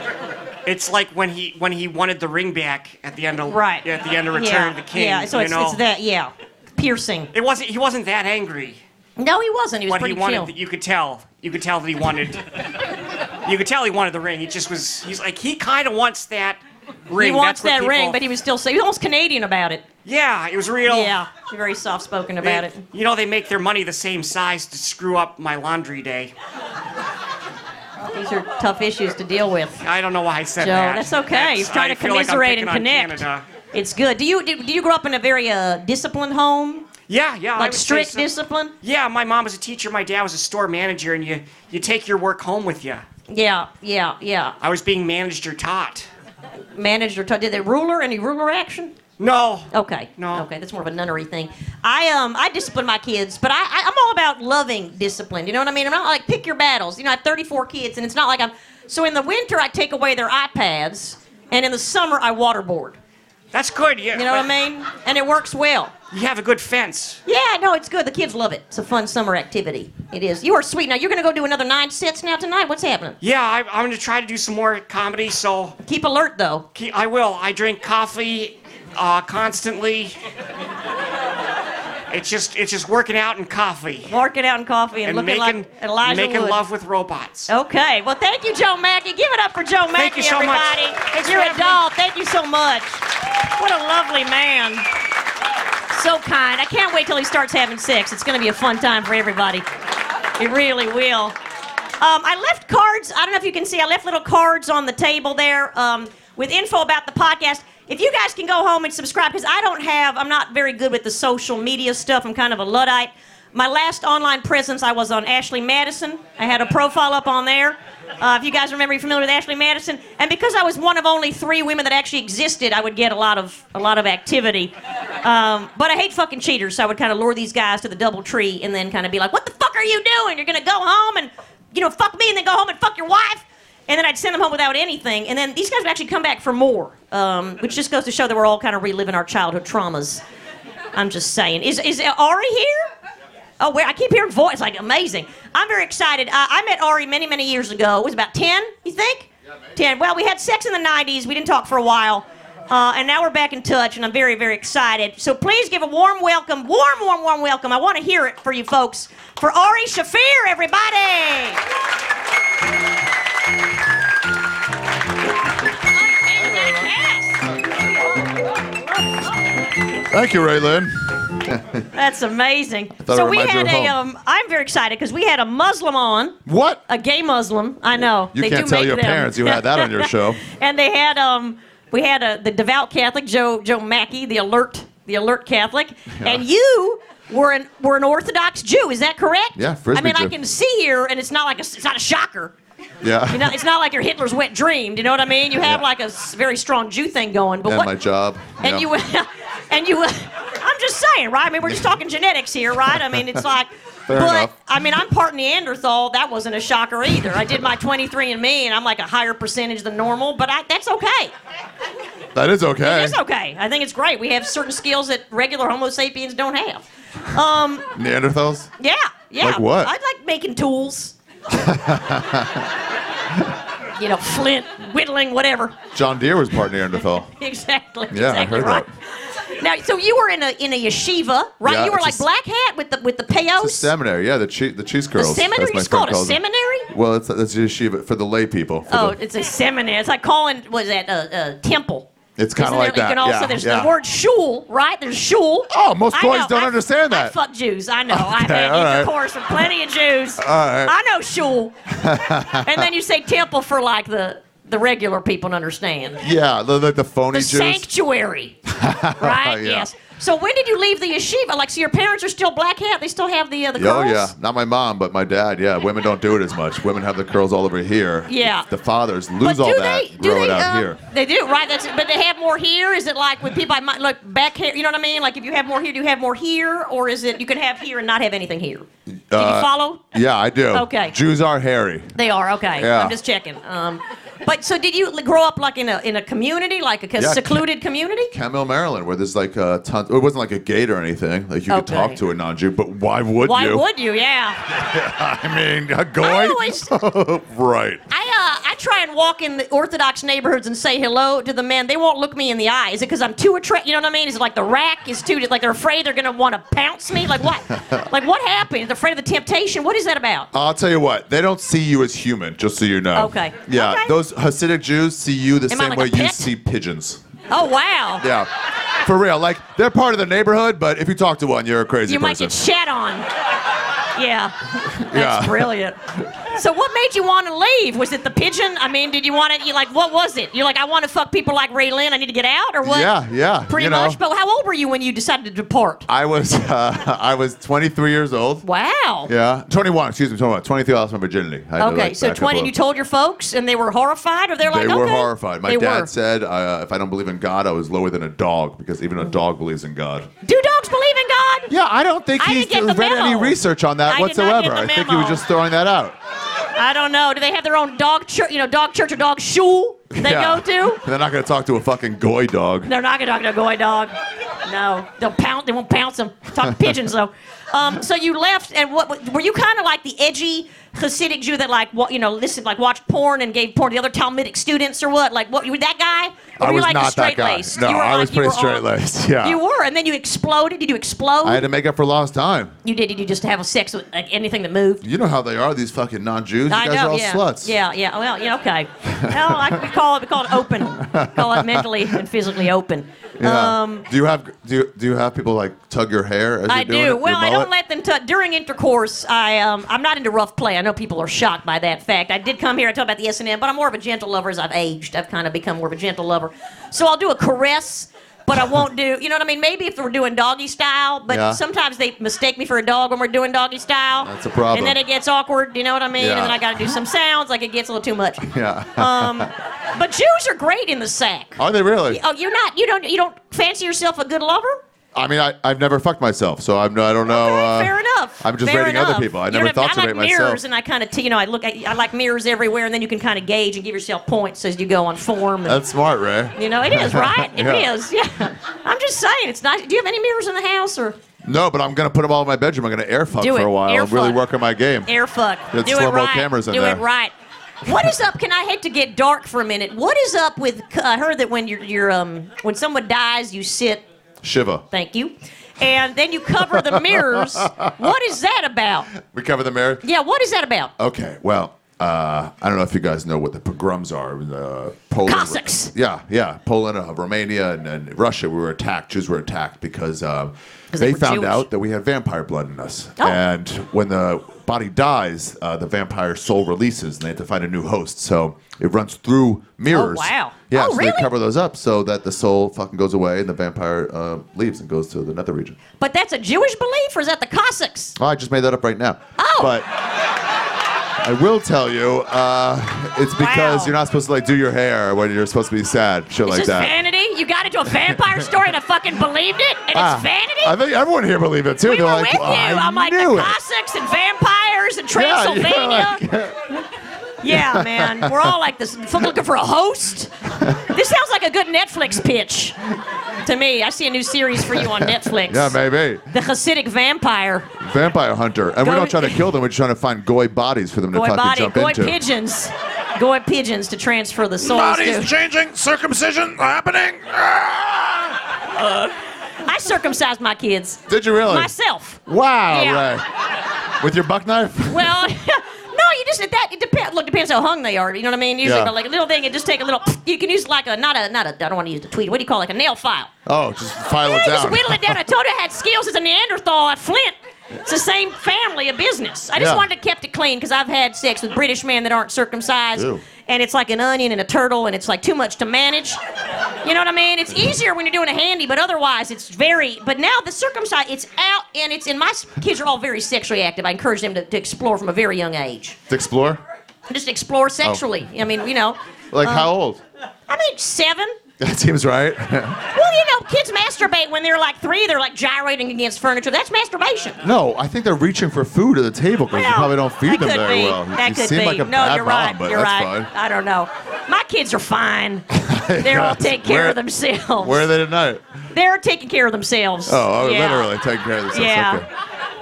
[SPEAKER 5] It's like when he when he wanted the ring back at the end of
[SPEAKER 3] Right.
[SPEAKER 5] at the end of Return of the King.
[SPEAKER 3] Yeah, so
[SPEAKER 5] you
[SPEAKER 3] it's,
[SPEAKER 5] know?
[SPEAKER 3] it's that, yeah. Piercing.
[SPEAKER 5] It wasn't. He wasn't that angry.
[SPEAKER 3] No, he wasn't. He was
[SPEAKER 5] What he
[SPEAKER 3] pretty
[SPEAKER 5] wanted,
[SPEAKER 3] chill.
[SPEAKER 5] you could tell. You could tell that he wanted. you could tell he wanted the ring. He just was. He's like he kind of wants that ring.
[SPEAKER 3] he wants
[SPEAKER 5] That's what
[SPEAKER 3] that ring,
[SPEAKER 5] people-
[SPEAKER 3] but he was still, he was almost Canadian about it.
[SPEAKER 5] Yeah, it was real.
[SPEAKER 3] Yeah, very soft spoken
[SPEAKER 5] They-
[SPEAKER 3] about it.
[SPEAKER 5] You know they make their money the same size to screw up my laundry day.
[SPEAKER 3] These are tough issues to deal with.
[SPEAKER 5] I don't know why I said
[SPEAKER 3] Joe,
[SPEAKER 5] that.
[SPEAKER 3] that's okay. He's trying
[SPEAKER 5] I
[SPEAKER 3] to
[SPEAKER 5] feel like I'm
[SPEAKER 3] commiserate
[SPEAKER 5] picking
[SPEAKER 3] and
[SPEAKER 5] on
[SPEAKER 3] connect.
[SPEAKER 5] Canada.
[SPEAKER 3] It's good. Do you do, do you grow up in a very uh, disciplined home,
[SPEAKER 5] Yeah, yeah. I
[SPEAKER 3] like
[SPEAKER 5] would say
[SPEAKER 3] strict
[SPEAKER 5] so.
[SPEAKER 3] discipline?
[SPEAKER 5] Yeah, my mom was a teacher, my dad was a store manager, and you you take your work home with you.
[SPEAKER 3] Yeah, yeah, yeah.
[SPEAKER 5] I was being managed or taught.
[SPEAKER 3] Managed or t- did they ruler any ruler action?
[SPEAKER 5] No.
[SPEAKER 3] Okay.
[SPEAKER 5] No.
[SPEAKER 3] Okay, that's more of a nunnery thing. I um I discipline my kids, but I, I I'm all about loving discipline. You know what I mean? I'm not like pick your battles. You know, I have 34 kids, and it's not like I'm. So in the winter, I take away their iPads, and in the summer, I waterboard.
[SPEAKER 5] That's good. Yeah.
[SPEAKER 3] You know what I mean? And it works well.
[SPEAKER 5] You have a good fence.
[SPEAKER 3] Yeah, no, it's good. The kids love it. It's a fun summer activity. It is. You are sweet. Now you're gonna go do another nine sets now tonight. What's happening?
[SPEAKER 5] Yeah, I, I'm gonna try to do some more comedy. So
[SPEAKER 3] Keep alert though.
[SPEAKER 5] ke- I will. I drink coffee uh, constantly. it's just it's just working out and coffee
[SPEAKER 3] Marking out in coffee and,
[SPEAKER 5] and
[SPEAKER 3] looking
[SPEAKER 5] making
[SPEAKER 3] like Elijah
[SPEAKER 5] making
[SPEAKER 3] Wood.
[SPEAKER 5] love with robots.
[SPEAKER 3] Okay. Well, thank you, Joe Mackey. Give it up for Joe
[SPEAKER 5] Thank
[SPEAKER 3] Mackey,
[SPEAKER 5] you so much.
[SPEAKER 3] everybody.
[SPEAKER 5] Thanks
[SPEAKER 3] You're
[SPEAKER 5] for
[SPEAKER 3] a
[SPEAKER 5] having me.
[SPEAKER 3] doll. Thank you so much. What a lovely man. So kind. I can't wait till he starts having sex. It's going to be a fun time for everybody. It really will. Um, I left cards. I don't know if you can see. I left little cards on the table there um, with info about the podcast. If you guys can go home and subscribe, because I don't have, I'm not very good with the social media stuff. I'm kind of a Luddite. My last online presence, I was on Ashley Madison. I had a profile up on there. Uh, if you guys remember, you're familiar with Ashley Madison. And because I was one of only three women that actually existed, I would get a lot of a lot of activity. Um, but I hate fucking cheaters, so I would kind of lure these guys to the double tree and then kind of be like, "What the fuck are you doing? You're gonna go home and you know fuck me and then go home and fuck your wife." And then I'd send them home without anything. And then these guys would actually come back for more, um, which just goes to show that we're all kind of reliving our childhood traumas. I'm just saying. Is is Ari here? Oh, where I keep hearing voice like amazing. I'm very excited. Uh, I met Ari many many years ago. It was about ten, you think? ten. Well, we had sex in the '90s. We didn't talk for a while, uh, and now we're back in touch, and I'm very very excited. So please give a warm welcome, warm warm warm welcome. I want to hear it for you folks for Ari Shafir, everybody.
[SPEAKER 6] Thank you, Raylan.
[SPEAKER 3] That's amazing.
[SPEAKER 6] I
[SPEAKER 3] So we
[SPEAKER 6] reminded
[SPEAKER 3] had
[SPEAKER 6] you of
[SPEAKER 3] a.
[SPEAKER 6] home.
[SPEAKER 3] Um, I'm very excited because we had a Muslim on.
[SPEAKER 6] What?
[SPEAKER 3] a gay Muslim. I know. Uh,
[SPEAKER 6] You
[SPEAKER 3] they
[SPEAKER 6] can't
[SPEAKER 3] do
[SPEAKER 6] tell
[SPEAKER 3] make
[SPEAKER 6] your
[SPEAKER 3] them.
[SPEAKER 6] parents you had that on your show.
[SPEAKER 3] and they had um, we had a, the devout Catholic Joe Joe Mackey, the alert the alert Catholic, and you were an were an Orthodox Jew. Is that correct?
[SPEAKER 6] Yeah,
[SPEAKER 3] I
[SPEAKER 6] Frisbee
[SPEAKER 3] mean, I
[SPEAKER 6] Jew.
[SPEAKER 3] can see here, and it's not like a, it's not a shocker.
[SPEAKER 6] Yeah.
[SPEAKER 3] You know, it's not like your Hitler's wet dream. Do you know what I mean? You have
[SPEAKER 6] Yeah.
[SPEAKER 3] like a s- very strong Jew thing going. But
[SPEAKER 6] and
[SPEAKER 3] what?
[SPEAKER 6] my job.
[SPEAKER 3] and you you and you I'm just saying, right? I mean, we're just talking genetics here, right? I mean, it's like
[SPEAKER 6] Fair
[SPEAKER 3] but
[SPEAKER 6] enough.
[SPEAKER 3] I mean, I'm part Neanderthal. That wasn't a shocker either. I did my 23andMe, and I'm like a higher percentage than normal, but I, that's okay.
[SPEAKER 6] That is okay.
[SPEAKER 3] It's okay. I think it's great. We have certain skills that regular Homo sapiens don't have. Um,
[SPEAKER 6] Neanderthals?
[SPEAKER 3] yeah, yeah.
[SPEAKER 6] Like what?
[SPEAKER 3] I like making tools. you know, flint, whittling, whatever
[SPEAKER 6] John Deere was part Neanderthal.
[SPEAKER 3] exactly.
[SPEAKER 6] Yeah, I
[SPEAKER 3] exactly
[SPEAKER 6] heard
[SPEAKER 3] right. Now, so you were in a in a yeshiva, right?
[SPEAKER 6] Yeah,
[SPEAKER 3] you were
[SPEAKER 6] it's a
[SPEAKER 3] like black
[SPEAKER 6] s-
[SPEAKER 3] hat with the with the peyos.
[SPEAKER 6] The seminary, yeah, the che- the cheese curls.
[SPEAKER 3] seminary?
[SPEAKER 6] as my
[SPEAKER 3] It's
[SPEAKER 6] friend
[SPEAKER 3] called a
[SPEAKER 6] calls them.
[SPEAKER 3] seminary?
[SPEAKER 6] Well, it's that's yeshiva for the lay people. for
[SPEAKER 3] oh,
[SPEAKER 6] the-
[SPEAKER 3] it's a seminary. It's like calling was that a, uh temple.
[SPEAKER 6] It's kinda
[SPEAKER 3] Isn't there-
[SPEAKER 6] like
[SPEAKER 3] You
[SPEAKER 6] that,
[SPEAKER 3] can also
[SPEAKER 6] yeah,
[SPEAKER 3] there's
[SPEAKER 6] yeah.
[SPEAKER 3] the word shul, right? There's shul.
[SPEAKER 6] Oh, most
[SPEAKER 3] I
[SPEAKER 6] boys
[SPEAKER 3] know,
[SPEAKER 6] don't
[SPEAKER 3] I-
[SPEAKER 6] understand
[SPEAKER 3] I
[SPEAKER 6] that.
[SPEAKER 3] fuck Jews. I know. I've
[SPEAKER 6] Okay,
[SPEAKER 3] had
[SPEAKER 6] all right.
[SPEAKER 3] intercourse with plenty of Jews.
[SPEAKER 6] right.
[SPEAKER 3] I know shul. and then you say temple for like the the regular people to understand.
[SPEAKER 6] yeah, the, like the phony
[SPEAKER 3] the
[SPEAKER 6] Jews.
[SPEAKER 3] sanctuary, right?
[SPEAKER 6] Yeah.
[SPEAKER 3] Yes. So when did you leave the yeshiva? Like, so your parents are still black hat? They still have the uh, the
[SPEAKER 6] Yeah, oh
[SPEAKER 3] curls?
[SPEAKER 6] yeah, not my mom, but my dad. Yeah, women don't do it as much. Women have the curls all over here.
[SPEAKER 3] Yeah.
[SPEAKER 6] the fathers
[SPEAKER 3] But
[SPEAKER 6] lose
[SPEAKER 3] do
[SPEAKER 6] all that,
[SPEAKER 3] they?
[SPEAKER 6] and
[SPEAKER 3] Do
[SPEAKER 6] grow
[SPEAKER 3] they?
[SPEAKER 6] it out
[SPEAKER 3] um,
[SPEAKER 6] here.
[SPEAKER 3] They do, right? That's. But they have more here. Is it like with people? I might look back hair. You know what I mean? Like if you have more here, do you have more here, or is it you can have here and not have anything here? Do you
[SPEAKER 6] Uh,
[SPEAKER 3] follow?
[SPEAKER 6] Yeah, I do.
[SPEAKER 3] Okay.
[SPEAKER 6] Jews are hairy.
[SPEAKER 3] They are okay.
[SPEAKER 6] Yeah.
[SPEAKER 3] I'm just checking. Um, but so did you l- grow up like in a in a community, like a c-
[SPEAKER 6] Yeah, ca-
[SPEAKER 3] secluded community?
[SPEAKER 6] Camel, Maryland, where there's like a ton. It wasn't like a gate or anything. Like you could
[SPEAKER 3] Okay.
[SPEAKER 6] talk to a non-Jew, but why would
[SPEAKER 3] Why
[SPEAKER 6] you?
[SPEAKER 3] would you? Yeah.
[SPEAKER 6] I mean, a
[SPEAKER 3] I
[SPEAKER 6] goy.
[SPEAKER 3] always
[SPEAKER 6] right.
[SPEAKER 3] I uh, I I try and walk in the Orthodox neighborhoods and say hello to the men. They won't look me in the eye. Is it because I'm too attractive? You know what I mean? Is it like the rack is too, like they're afraid they're going to want to pounce me? Like what? like what happened? They're afraid of the temptation? What is that about?
[SPEAKER 6] I'll tell you what, they don't see you as human, just so you know.
[SPEAKER 3] Okay.
[SPEAKER 6] Yeah,
[SPEAKER 3] Okay.
[SPEAKER 6] those Hasidic Jews see you the
[SPEAKER 3] Am I
[SPEAKER 6] same
[SPEAKER 3] like
[SPEAKER 6] way
[SPEAKER 3] a
[SPEAKER 6] you
[SPEAKER 3] pet?
[SPEAKER 6] see pigeons.
[SPEAKER 3] Oh, wow.
[SPEAKER 6] Yeah. For real, like they're part of the neighborhood, but if you talk to one, you're a crazy
[SPEAKER 3] you might
[SPEAKER 6] person.
[SPEAKER 3] get shat on. Yeah, that's
[SPEAKER 6] Yeah.
[SPEAKER 3] brilliant. So, what made you want to leave? Was it the pigeon? I mean, did you want to? You like, what was it? You're like, I want to fuck people like Ray Lynn. I need to get out, or what?
[SPEAKER 6] Yeah, yeah,
[SPEAKER 3] Pretty
[SPEAKER 6] you know.
[SPEAKER 3] much. But how old were you when you decided to depart?
[SPEAKER 6] I was uh, I was 23 years old.
[SPEAKER 3] Wow.
[SPEAKER 6] Yeah, 21. Excuse me, 21. 23. I lost my virginity. I had to,
[SPEAKER 3] Okay,
[SPEAKER 6] like,
[SPEAKER 3] so
[SPEAKER 6] back up
[SPEAKER 3] 20,
[SPEAKER 6] a-
[SPEAKER 3] and you told your folks, and they were horrified, or they're
[SPEAKER 6] They
[SPEAKER 3] like,
[SPEAKER 6] were
[SPEAKER 3] okay.
[SPEAKER 6] horrified. My
[SPEAKER 3] They
[SPEAKER 6] dad
[SPEAKER 3] were.
[SPEAKER 6] said, uh, "If I don't believe in God, I was lower than a dog because
[SPEAKER 3] Mm-hmm.
[SPEAKER 6] even a dog believes in God."
[SPEAKER 3] Do dogs believe in God?
[SPEAKER 6] Yeah, I don't think
[SPEAKER 3] I
[SPEAKER 6] he's
[SPEAKER 3] didn't get the
[SPEAKER 6] read any
[SPEAKER 3] memo.
[SPEAKER 6] research on
[SPEAKER 3] I
[SPEAKER 6] that
[SPEAKER 3] did not get
[SPEAKER 6] whatsoever.
[SPEAKER 3] the
[SPEAKER 6] I think he was
[SPEAKER 3] memo.
[SPEAKER 6] just throwing that out.
[SPEAKER 3] I don't know. Do they have their own dog church? You know, dog church or dog shul they go
[SPEAKER 6] Yeah.
[SPEAKER 3] to?
[SPEAKER 6] They're not going to talk to a fucking goy dog.
[SPEAKER 3] They're not gonna talk to a goy dog. No, they'll pound. They won't pounce them. Talk to pigeons though. Um, so you left, and what were you kind of like the edgy Hasidic Jew that like wa- you know listened like watched porn and gave porn to the other Talmudic students or what? Like what? You were that guy? Or
[SPEAKER 6] I
[SPEAKER 3] were you
[SPEAKER 6] was
[SPEAKER 3] like the
[SPEAKER 6] not that guy.
[SPEAKER 3] straight-laced?
[SPEAKER 6] No,
[SPEAKER 3] You were
[SPEAKER 6] I
[SPEAKER 3] like-
[SPEAKER 6] was
[SPEAKER 3] you were
[SPEAKER 6] pretty
[SPEAKER 3] all-
[SPEAKER 6] straight laced. Yeah.
[SPEAKER 3] You were, and then you exploded. Did you explode?
[SPEAKER 6] I had to make up for lost time.
[SPEAKER 3] you did. Did you just have a sex with like, anything that moved?
[SPEAKER 6] You know how they are, these fucking non-Jews. You
[SPEAKER 3] I
[SPEAKER 6] guys
[SPEAKER 3] know,
[SPEAKER 6] are all
[SPEAKER 3] yeah.
[SPEAKER 6] sluts.
[SPEAKER 3] Yeah, yeah. Well, yeah, okay. Well, I, we call it we call it open. call it mentally and physically open.
[SPEAKER 6] Yeah.
[SPEAKER 3] Um,
[SPEAKER 6] do you have do you, do you have people like tug your hair as
[SPEAKER 3] I
[SPEAKER 6] you're doing it?
[SPEAKER 3] do.
[SPEAKER 6] Your
[SPEAKER 3] Well, I
[SPEAKER 6] mullet?
[SPEAKER 3] don't let them touch during intercourse. I um, I'm not into rough play. I know people are shocked by that fact. I did come here. I talk about the S and M, but I'm more of a gentle lover as I've aged. I've kind of become more of a gentle lover. So I'll do a caress, but I won't do. You know what I mean? Maybe if we're doing doggy style, but
[SPEAKER 6] Yeah.
[SPEAKER 3] sometimes they mistake me for a dog when we're doing doggy style.
[SPEAKER 6] That's a problem.
[SPEAKER 3] And then it gets awkward. You know what I mean?
[SPEAKER 6] Yeah.
[SPEAKER 3] And then I got to do some sounds. Like it gets a little too much.
[SPEAKER 6] Yeah.
[SPEAKER 3] Um, but Jews are great in the sack.
[SPEAKER 6] are they really?
[SPEAKER 3] Oh, you're not. You don't. You don't fancy yourself a good lover?
[SPEAKER 6] I mean, I, I've never fucked myself, so I'm no, I don't know.
[SPEAKER 3] Okay,
[SPEAKER 6] uh,
[SPEAKER 3] fair enough.
[SPEAKER 6] I'm just
[SPEAKER 3] fair
[SPEAKER 6] rating
[SPEAKER 3] enough.
[SPEAKER 6] other people. I
[SPEAKER 3] You
[SPEAKER 6] never
[SPEAKER 3] don't have-
[SPEAKER 6] thought
[SPEAKER 3] I
[SPEAKER 6] to rate
[SPEAKER 3] like mirrors,
[SPEAKER 6] myself.
[SPEAKER 3] and I kind of, t- you know, I look, I, I like mirrors everywhere, and then you can kind of gauge and give yourself points as you go on form. And,
[SPEAKER 6] That's smart, Ray.
[SPEAKER 3] you know, it is right. It is.
[SPEAKER 6] Yeah.
[SPEAKER 3] yeah. I'm just saying, it's nice. Do you have any mirrors in the house or
[SPEAKER 6] No, but I'm gonna put them all in my bedroom. I'm gonna air fuck
[SPEAKER 3] Do
[SPEAKER 6] for
[SPEAKER 3] it.
[SPEAKER 6] a while.
[SPEAKER 3] Air
[SPEAKER 6] I'm really
[SPEAKER 3] fuck.
[SPEAKER 6] working my game.
[SPEAKER 3] air fuck?
[SPEAKER 6] Get
[SPEAKER 3] Do it
[SPEAKER 6] slow-mo
[SPEAKER 3] right.
[SPEAKER 6] cameras in
[SPEAKER 3] Do
[SPEAKER 6] there.
[SPEAKER 3] it right. What is up? Can I hate to get dark for a minute? What is up with? I heard that when you're, you're um, when someone dies, you sit
[SPEAKER 6] Shiva.
[SPEAKER 3] Thank you. And then you cover the mirrors. what is that about?
[SPEAKER 6] We cover the marriage.
[SPEAKER 3] Yeah, what is that about?
[SPEAKER 6] Okay, well, uh, I don't know if you guys know what the pogroms are. Uh, Poland,
[SPEAKER 3] Cossacks.
[SPEAKER 6] Yeah, yeah. Poland, uh, Romania, and, and Russia. We were attacked. Jews were attacked because um,
[SPEAKER 3] they
[SPEAKER 6] they,
[SPEAKER 3] were
[SPEAKER 6] found
[SPEAKER 3] Jewish.
[SPEAKER 6] out that we had vampire blood in us.
[SPEAKER 3] Oh.
[SPEAKER 6] And when the body dies, uh, the vampire soul releases, and they have to find a new host. So it runs through mirrors.
[SPEAKER 3] wow.
[SPEAKER 6] Yeah,
[SPEAKER 3] Oh,
[SPEAKER 6] so
[SPEAKER 3] really?
[SPEAKER 6] they cover those up so that the soul fucking goes away and the vampire uh, leaves and goes to the nether region.
[SPEAKER 3] But that's a Jewish belief, or is that the Cossacks?
[SPEAKER 6] Oh, I just made that up right now.
[SPEAKER 3] Oh.
[SPEAKER 6] But I will tell you, uh, it's because
[SPEAKER 3] Wow.
[SPEAKER 6] you're not supposed to like do your hair when you're supposed to be sad, shit
[SPEAKER 3] It's
[SPEAKER 6] like
[SPEAKER 3] just
[SPEAKER 6] that.
[SPEAKER 3] vanity. You got into a vampire story and I fucking believed it, and
[SPEAKER 6] Ah,
[SPEAKER 3] it's vanity.
[SPEAKER 6] I think everyone here believed it too.
[SPEAKER 3] we
[SPEAKER 6] They're
[SPEAKER 3] were
[SPEAKER 6] like,
[SPEAKER 3] with you.
[SPEAKER 6] "Well, I
[SPEAKER 3] am like
[SPEAKER 6] knew
[SPEAKER 3] the
[SPEAKER 6] it."
[SPEAKER 3] Cossacks and vampires and
[SPEAKER 6] Yeah, you're
[SPEAKER 3] Transylvania. Yeah,
[SPEAKER 6] like-
[SPEAKER 3] man, we're all like this, f- looking for a host. This sounds like a good Netflix pitch to me. I see a new series for you on Netflix.
[SPEAKER 6] yeah, maybe.
[SPEAKER 3] The Hasidic vampire.
[SPEAKER 6] Vampire hunter. And
[SPEAKER 3] Go
[SPEAKER 6] we're not
[SPEAKER 3] to-
[SPEAKER 6] trying to kill them, we're just trying to find goy bodies for them to
[SPEAKER 3] Goy
[SPEAKER 6] fucking
[SPEAKER 3] body,
[SPEAKER 6] jump
[SPEAKER 3] goy
[SPEAKER 6] into.
[SPEAKER 3] pigeons, goy pigeons to transfer the souls to.
[SPEAKER 6] changing, circumcision happening. Ah!
[SPEAKER 3] I circumcised my kids
[SPEAKER 6] Did you really?
[SPEAKER 3] myself.
[SPEAKER 6] Wow,
[SPEAKER 3] Yeah.
[SPEAKER 6] Ray. With your buck knife?
[SPEAKER 3] Well, no, you just that it depends. Look, depends how hung they are. You know what I mean? Usually,
[SPEAKER 6] Yeah.
[SPEAKER 3] but like a little thing, it just take a little. You can use like a not a not a. I don't want to use the tweet. What do you call it? like a nail file?
[SPEAKER 6] Oh, just file
[SPEAKER 3] Yeah,
[SPEAKER 6] it
[SPEAKER 3] you just
[SPEAKER 6] down.
[SPEAKER 3] whittle it down. I told you I had skills as a Neanderthal at Flint. It's the same family of business. I just
[SPEAKER 6] Yeah.
[SPEAKER 3] wanted to kept it clean because I've had sex with British men that aren't circumcised,
[SPEAKER 6] Ew.
[SPEAKER 3] and it's like an onion and a turtle, and it's like too much to manage. You know what I mean? It's easier when you're doing a handy, but otherwise it's very. But now the circumcised, it's out, and it's and my s- kids are all very sexually active. I encourage them to, to explore from a very young age,
[SPEAKER 6] To explore?
[SPEAKER 3] just explore sexually.
[SPEAKER 6] Oh.
[SPEAKER 3] I mean, you know,
[SPEAKER 6] Like, how
[SPEAKER 3] Uh.
[SPEAKER 6] old?
[SPEAKER 3] I mean seven.
[SPEAKER 6] That seems right.
[SPEAKER 3] Well, you know, kids masturbate when they're like three. They're like gyrating against furniture. That's masturbation.
[SPEAKER 6] No, I think they're reaching for food at the table because you
[SPEAKER 3] Well,
[SPEAKER 6] probably don't
[SPEAKER 3] that
[SPEAKER 6] feed them
[SPEAKER 3] could
[SPEAKER 6] very
[SPEAKER 3] be.
[SPEAKER 6] well.
[SPEAKER 3] That
[SPEAKER 6] you
[SPEAKER 3] could
[SPEAKER 6] seem
[SPEAKER 3] be.
[SPEAKER 6] like a
[SPEAKER 3] no,
[SPEAKER 6] bad
[SPEAKER 3] you're
[SPEAKER 6] mom,
[SPEAKER 3] right.
[SPEAKER 6] but
[SPEAKER 3] you're
[SPEAKER 6] that's
[SPEAKER 3] right.
[SPEAKER 6] fine.
[SPEAKER 3] I don't know. My kids are fine. They're all taking care
[SPEAKER 6] Where-
[SPEAKER 3] of themselves.
[SPEAKER 6] Where are they tonight?
[SPEAKER 3] They're taking care of themselves.
[SPEAKER 6] Oh, oh
[SPEAKER 3] Yeah.
[SPEAKER 6] literally taking care of themselves.
[SPEAKER 3] Yeah.
[SPEAKER 6] Okay.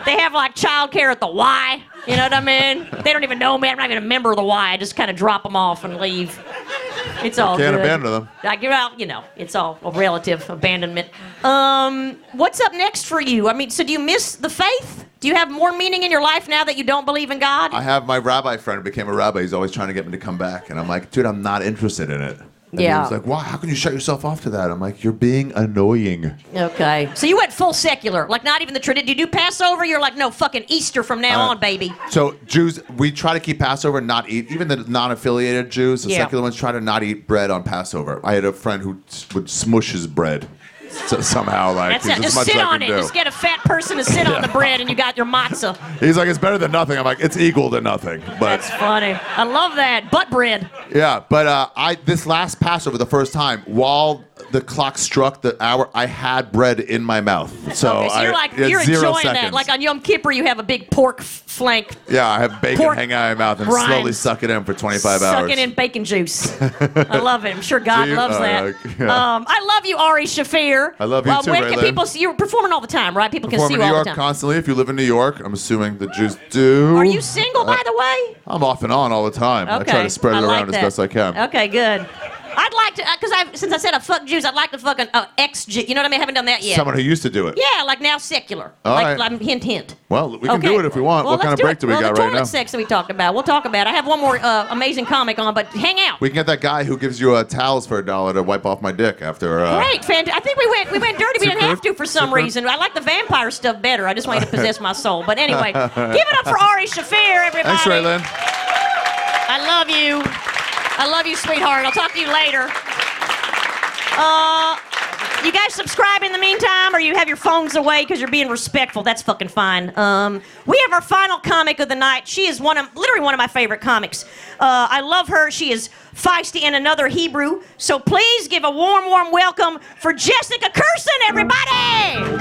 [SPEAKER 3] They have like childcare at the Y. You know what I mean? They don't even know me. I'm not even a member of the Y. I just kind of drop them off and leave. It's all
[SPEAKER 6] Can't
[SPEAKER 3] good.
[SPEAKER 6] abandon them.
[SPEAKER 3] I give out, you know, it's all a relative abandonment. Um, what's up next for you? I mean, so do you miss the faith? Do you have more meaning in your life now that you don't believe in God?
[SPEAKER 6] I have my rabbi friend who became a rabbi. He's always trying to get me to come back, and I'm like, dude, I'm not interested in it. And
[SPEAKER 3] Yeah.
[SPEAKER 6] He was like, wow, how can you shut yourself off to that? I'm like, you're being annoying.
[SPEAKER 3] okay. So you went full secular, like not even the tradition. You do Passover, you're like, no, fucking Easter from now
[SPEAKER 6] Uh,
[SPEAKER 3] on, baby.
[SPEAKER 6] So Jews, we try to keep Passover and not eat. Even the non-affiliated Jews, the
[SPEAKER 3] Yeah.
[SPEAKER 6] secular ones, try to not eat bread on Passover. I had a friend who s- would smush his bread so somehow. Like
[SPEAKER 3] That's
[SPEAKER 6] he's
[SPEAKER 3] it.
[SPEAKER 6] as
[SPEAKER 3] Just
[SPEAKER 6] much
[SPEAKER 3] sit
[SPEAKER 6] as I
[SPEAKER 3] on it.
[SPEAKER 6] can do.
[SPEAKER 3] Just get a fat person to sit on the bread, and you got your matzah.
[SPEAKER 6] He's like, it's better than nothing. I'm like, it's equal to nothing. But
[SPEAKER 3] That's funny. I love that butt bread.
[SPEAKER 6] yeah, but uh, I this last Passover, the first time, while the clock struck the hour, I had bread in my mouth. So,
[SPEAKER 3] okay, so you're
[SPEAKER 6] I-
[SPEAKER 3] like
[SPEAKER 6] it's
[SPEAKER 3] you're
[SPEAKER 6] zero
[SPEAKER 3] enjoying that.
[SPEAKER 6] seconds.
[SPEAKER 3] Like on Yom Kippur, you have a big pork f- flank.
[SPEAKER 6] yeah, I have bacon
[SPEAKER 3] pork
[SPEAKER 6] hanging out of my mouth and
[SPEAKER 3] rinds.
[SPEAKER 6] slowly suck it in for 25 hours.
[SPEAKER 3] Sucking in bacon juice. I love it. I'm sure God
[SPEAKER 6] Do you?
[SPEAKER 3] loves
[SPEAKER 6] Oh,
[SPEAKER 3] that.
[SPEAKER 6] yeah, yeah.
[SPEAKER 3] Um, I love you, Ari Shafir.
[SPEAKER 6] I love you
[SPEAKER 3] Well,
[SPEAKER 6] too,
[SPEAKER 3] where can
[SPEAKER 6] Raylan.
[SPEAKER 3] people see you're performing all the time, right? People can
[SPEAKER 6] Perform
[SPEAKER 3] see
[SPEAKER 6] in
[SPEAKER 3] you
[SPEAKER 6] New
[SPEAKER 3] all
[SPEAKER 6] York
[SPEAKER 3] the time.
[SPEAKER 6] constantly. If you live in New York, I'm assuming the Jews do.
[SPEAKER 3] Are you single, by
[SPEAKER 6] Uh,
[SPEAKER 3] the way?
[SPEAKER 6] I'm off and on all the time. I
[SPEAKER 3] Okay.
[SPEAKER 6] try to spread it
[SPEAKER 3] like
[SPEAKER 6] around
[SPEAKER 3] that.
[SPEAKER 6] as best I can.
[SPEAKER 3] Okay, good. I'd like to, because I since I said I fuck Jews, I'd like to fuck an uh, ex Jew. You know what I mean? I haven't done that yet.
[SPEAKER 6] Someone who used to do it.
[SPEAKER 3] Yeah, like now secular.
[SPEAKER 6] All
[SPEAKER 3] like,
[SPEAKER 6] right.
[SPEAKER 3] like, hint, hint.
[SPEAKER 6] Well, we can do it if we want.
[SPEAKER 3] Well,
[SPEAKER 6] what kind of
[SPEAKER 3] let's
[SPEAKER 6] break
[SPEAKER 3] it.
[SPEAKER 6] do we
[SPEAKER 3] well,
[SPEAKER 6] got
[SPEAKER 3] the
[SPEAKER 6] right now?
[SPEAKER 3] toilet sex that we talked about. We'll talk about. it. I have one more uh, amazing comic on, but hang out.
[SPEAKER 6] We can get that guy who gives you uh, towels for a dollar to wipe off my dick after. Uh,
[SPEAKER 3] Great, fan. I think we went we went dirty. We didn't
[SPEAKER 6] Super.
[SPEAKER 3] have to for some reason. I like the vampire stuff better. I just wanted to possess my soul. But anyway, give it up for Ari Shafir, everybody.
[SPEAKER 6] Thanks, Raylan.
[SPEAKER 3] I love you. I love you, sweetheart. I'll talk to you later. Uh, you guys subscribe in the meantime, or you have your phones away because you're being respectful. That's fucking fine. Um, we have our final comic of the night. She is one of literally one of my favorite comics. Uh, I love her. She is feisty and another Hebrew. So please give a warm, warm welcome for Jessica Kirsten, everybody.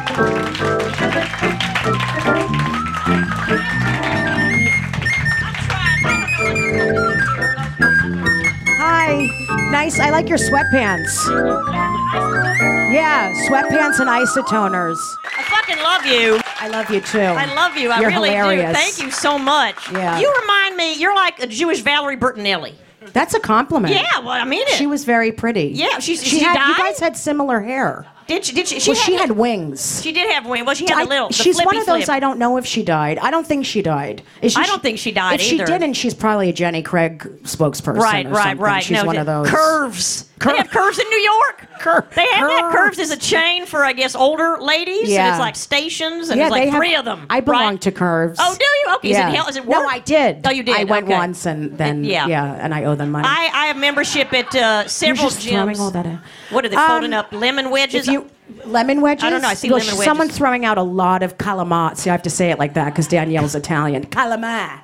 [SPEAKER 7] Hi. Nice. I like your sweatpants. Yeah, sweatpants and isotoners.
[SPEAKER 3] I fucking love you.
[SPEAKER 7] I love you too.
[SPEAKER 3] I love you. I
[SPEAKER 7] You're
[SPEAKER 3] really do.
[SPEAKER 7] hilarious.
[SPEAKER 3] Thank you so much.
[SPEAKER 7] Yeah.
[SPEAKER 3] You remind me, you're like a Jewish Valerie Bertinelli.
[SPEAKER 7] That's a compliment.
[SPEAKER 3] Yeah, well, I mean it.
[SPEAKER 7] She was very pretty.
[SPEAKER 3] Yeah, she's- she
[SPEAKER 7] she had.
[SPEAKER 3] died?
[SPEAKER 7] You guys had similar hair.
[SPEAKER 3] Did she? Did she?
[SPEAKER 7] well, she had wings.
[SPEAKER 3] She did have wings. Well, she had
[SPEAKER 7] I-
[SPEAKER 3] a little. The
[SPEAKER 7] she's one
[SPEAKER 3] flippy
[SPEAKER 7] of those
[SPEAKER 3] flip.
[SPEAKER 7] I don't know if she died. I don't think she died. Is she,
[SPEAKER 3] I don't think she died
[SPEAKER 7] If
[SPEAKER 3] either.
[SPEAKER 7] she didn't, she's probably a Jenny Craig spokesperson.
[SPEAKER 3] Right,
[SPEAKER 7] or
[SPEAKER 3] right,
[SPEAKER 7] something.
[SPEAKER 3] right.
[SPEAKER 7] She's
[SPEAKER 3] no,
[SPEAKER 7] one
[SPEAKER 3] the-
[SPEAKER 7] of those
[SPEAKER 3] curves. They have curves in New York.
[SPEAKER 7] Cur-
[SPEAKER 3] They have that. Curves
[SPEAKER 7] curves.
[SPEAKER 3] is a chain for I guess older ladies. And
[SPEAKER 7] Yeah.
[SPEAKER 3] it's like stations, and
[SPEAKER 7] yeah,
[SPEAKER 3] there's like
[SPEAKER 7] they have,
[SPEAKER 3] three of them.
[SPEAKER 7] I belong
[SPEAKER 3] right?
[SPEAKER 7] to Curves.
[SPEAKER 3] Oh, do you? Okay.
[SPEAKER 7] Yeah.
[SPEAKER 3] Is it hell? Is it
[SPEAKER 7] no,
[SPEAKER 3] work?
[SPEAKER 7] I did.
[SPEAKER 3] Oh, you did.
[SPEAKER 7] I went
[SPEAKER 3] okay.
[SPEAKER 7] once and then
[SPEAKER 3] Yeah.
[SPEAKER 7] yeah. and I owe them money.
[SPEAKER 3] I, I have membership at uh,
[SPEAKER 7] You're
[SPEAKER 3] several
[SPEAKER 7] just
[SPEAKER 3] gyms.
[SPEAKER 7] throwing all that out.
[SPEAKER 3] What are they
[SPEAKER 7] Um,
[SPEAKER 3] folding up? Lemon wedges.
[SPEAKER 7] If you lemon wedges.
[SPEAKER 3] I don't know, I see
[SPEAKER 7] Well,
[SPEAKER 3] lemon
[SPEAKER 7] sh-
[SPEAKER 3] wedges.
[SPEAKER 7] Someone's throwing out a lot of calamari. See, I have to say it like that because Danielle's Italian. Calamari.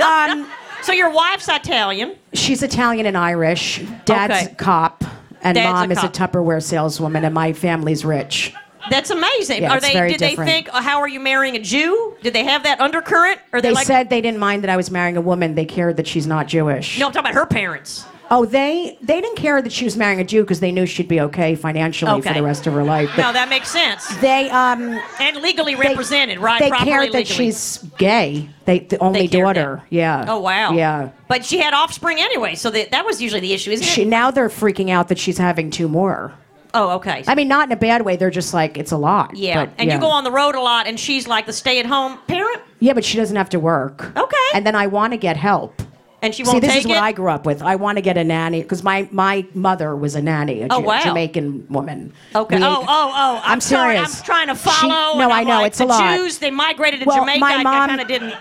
[SPEAKER 7] um,
[SPEAKER 3] so your wife's Italian.
[SPEAKER 7] she's Italian and Irish. Dad's
[SPEAKER 3] Okay.
[SPEAKER 7] cop, and
[SPEAKER 3] Dad's a
[SPEAKER 7] mom is a
[SPEAKER 3] cop.
[SPEAKER 7] Tupperware saleswoman, and my family's rich.
[SPEAKER 3] That's amazing.
[SPEAKER 7] Yeah,
[SPEAKER 3] are
[SPEAKER 7] it's
[SPEAKER 3] they?
[SPEAKER 7] very
[SPEAKER 3] did
[SPEAKER 7] different.
[SPEAKER 3] they think? uh, How are you marrying a Jew? Did they have that undercurrent? Or
[SPEAKER 7] They
[SPEAKER 3] like,
[SPEAKER 7] said they didn't mind that I was marrying a woman. They cared that she's not Jewish.
[SPEAKER 3] No, I'm talking about her parents.
[SPEAKER 7] Oh, they they didn't care that she was marrying a Jew because they knew she'd be okay financially
[SPEAKER 3] Okay.
[SPEAKER 7] for the rest of her life. But
[SPEAKER 3] No, that makes sense.
[SPEAKER 7] they um
[SPEAKER 3] And legally
[SPEAKER 7] they-
[SPEAKER 3] represented, right?
[SPEAKER 7] They
[SPEAKER 3] Properly
[SPEAKER 7] cared that
[SPEAKER 3] legally.
[SPEAKER 7] she's gay. They the only
[SPEAKER 3] They cared that.
[SPEAKER 7] daughter. Yeah.
[SPEAKER 3] Oh wow.
[SPEAKER 7] Yeah.
[SPEAKER 3] But she had offspring anyway, so that that was usually the issue, isn't it?
[SPEAKER 7] She, now they're freaking out that she's having two more.
[SPEAKER 3] oh, okay.
[SPEAKER 7] I mean, not in a bad way. They're just like it's a lot.
[SPEAKER 3] yeah.
[SPEAKER 7] but
[SPEAKER 3] and
[SPEAKER 7] yeah.
[SPEAKER 3] you go on the road a lot, and she's like the stay-at-home parent,
[SPEAKER 7] Yeah, but she doesn't have to work.
[SPEAKER 3] Okay.
[SPEAKER 7] And then I want to get help.
[SPEAKER 3] and she
[SPEAKER 7] See,
[SPEAKER 3] won't
[SPEAKER 7] this
[SPEAKER 3] take
[SPEAKER 7] is what
[SPEAKER 3] it.
[SPEAKER 7] I grew up with. I want to get a nanny because my, my mother was a nanny, a
[SPEAKER 3] Oh,
[SPEAKER 7] Ju-
[SPEAKER 3] wow.
[SPEAKER 7] Jamaican woman.
[SPEAKER 3] Okay.
[SPEAKER 7] We-
[SPEAKER 3] oh, oh, oh. I'm,
[SPEAKER 7] I'm
[SPEAKER 3] sorry.
[SPEAKER 7] serious.
[SPEAKER 3] I'm trying to
[SPEAKER 7] She-
[SPEAKER 3] follow.
[SPEAKER 7] no,
[SPEAKER 3] and
[SPEAKER 7] I
[SPEAKER 3] I'm
[SPEAKER 7] know,
[SPEAKER 3] like,
[SPEAKER 7] it's
[SPEAKER 3] the
[SPEAKER 7] a lot.
[SPEAKER 3] Jews. They migrated to
[SPEAKER 7] Well,
[SPEAKER 3] Jamaica.
[SPEAKER 7] my
[SPEAKER 3] I- I
[SPEAKER 7] mom-
[SPEAKER 3] kind of didn't.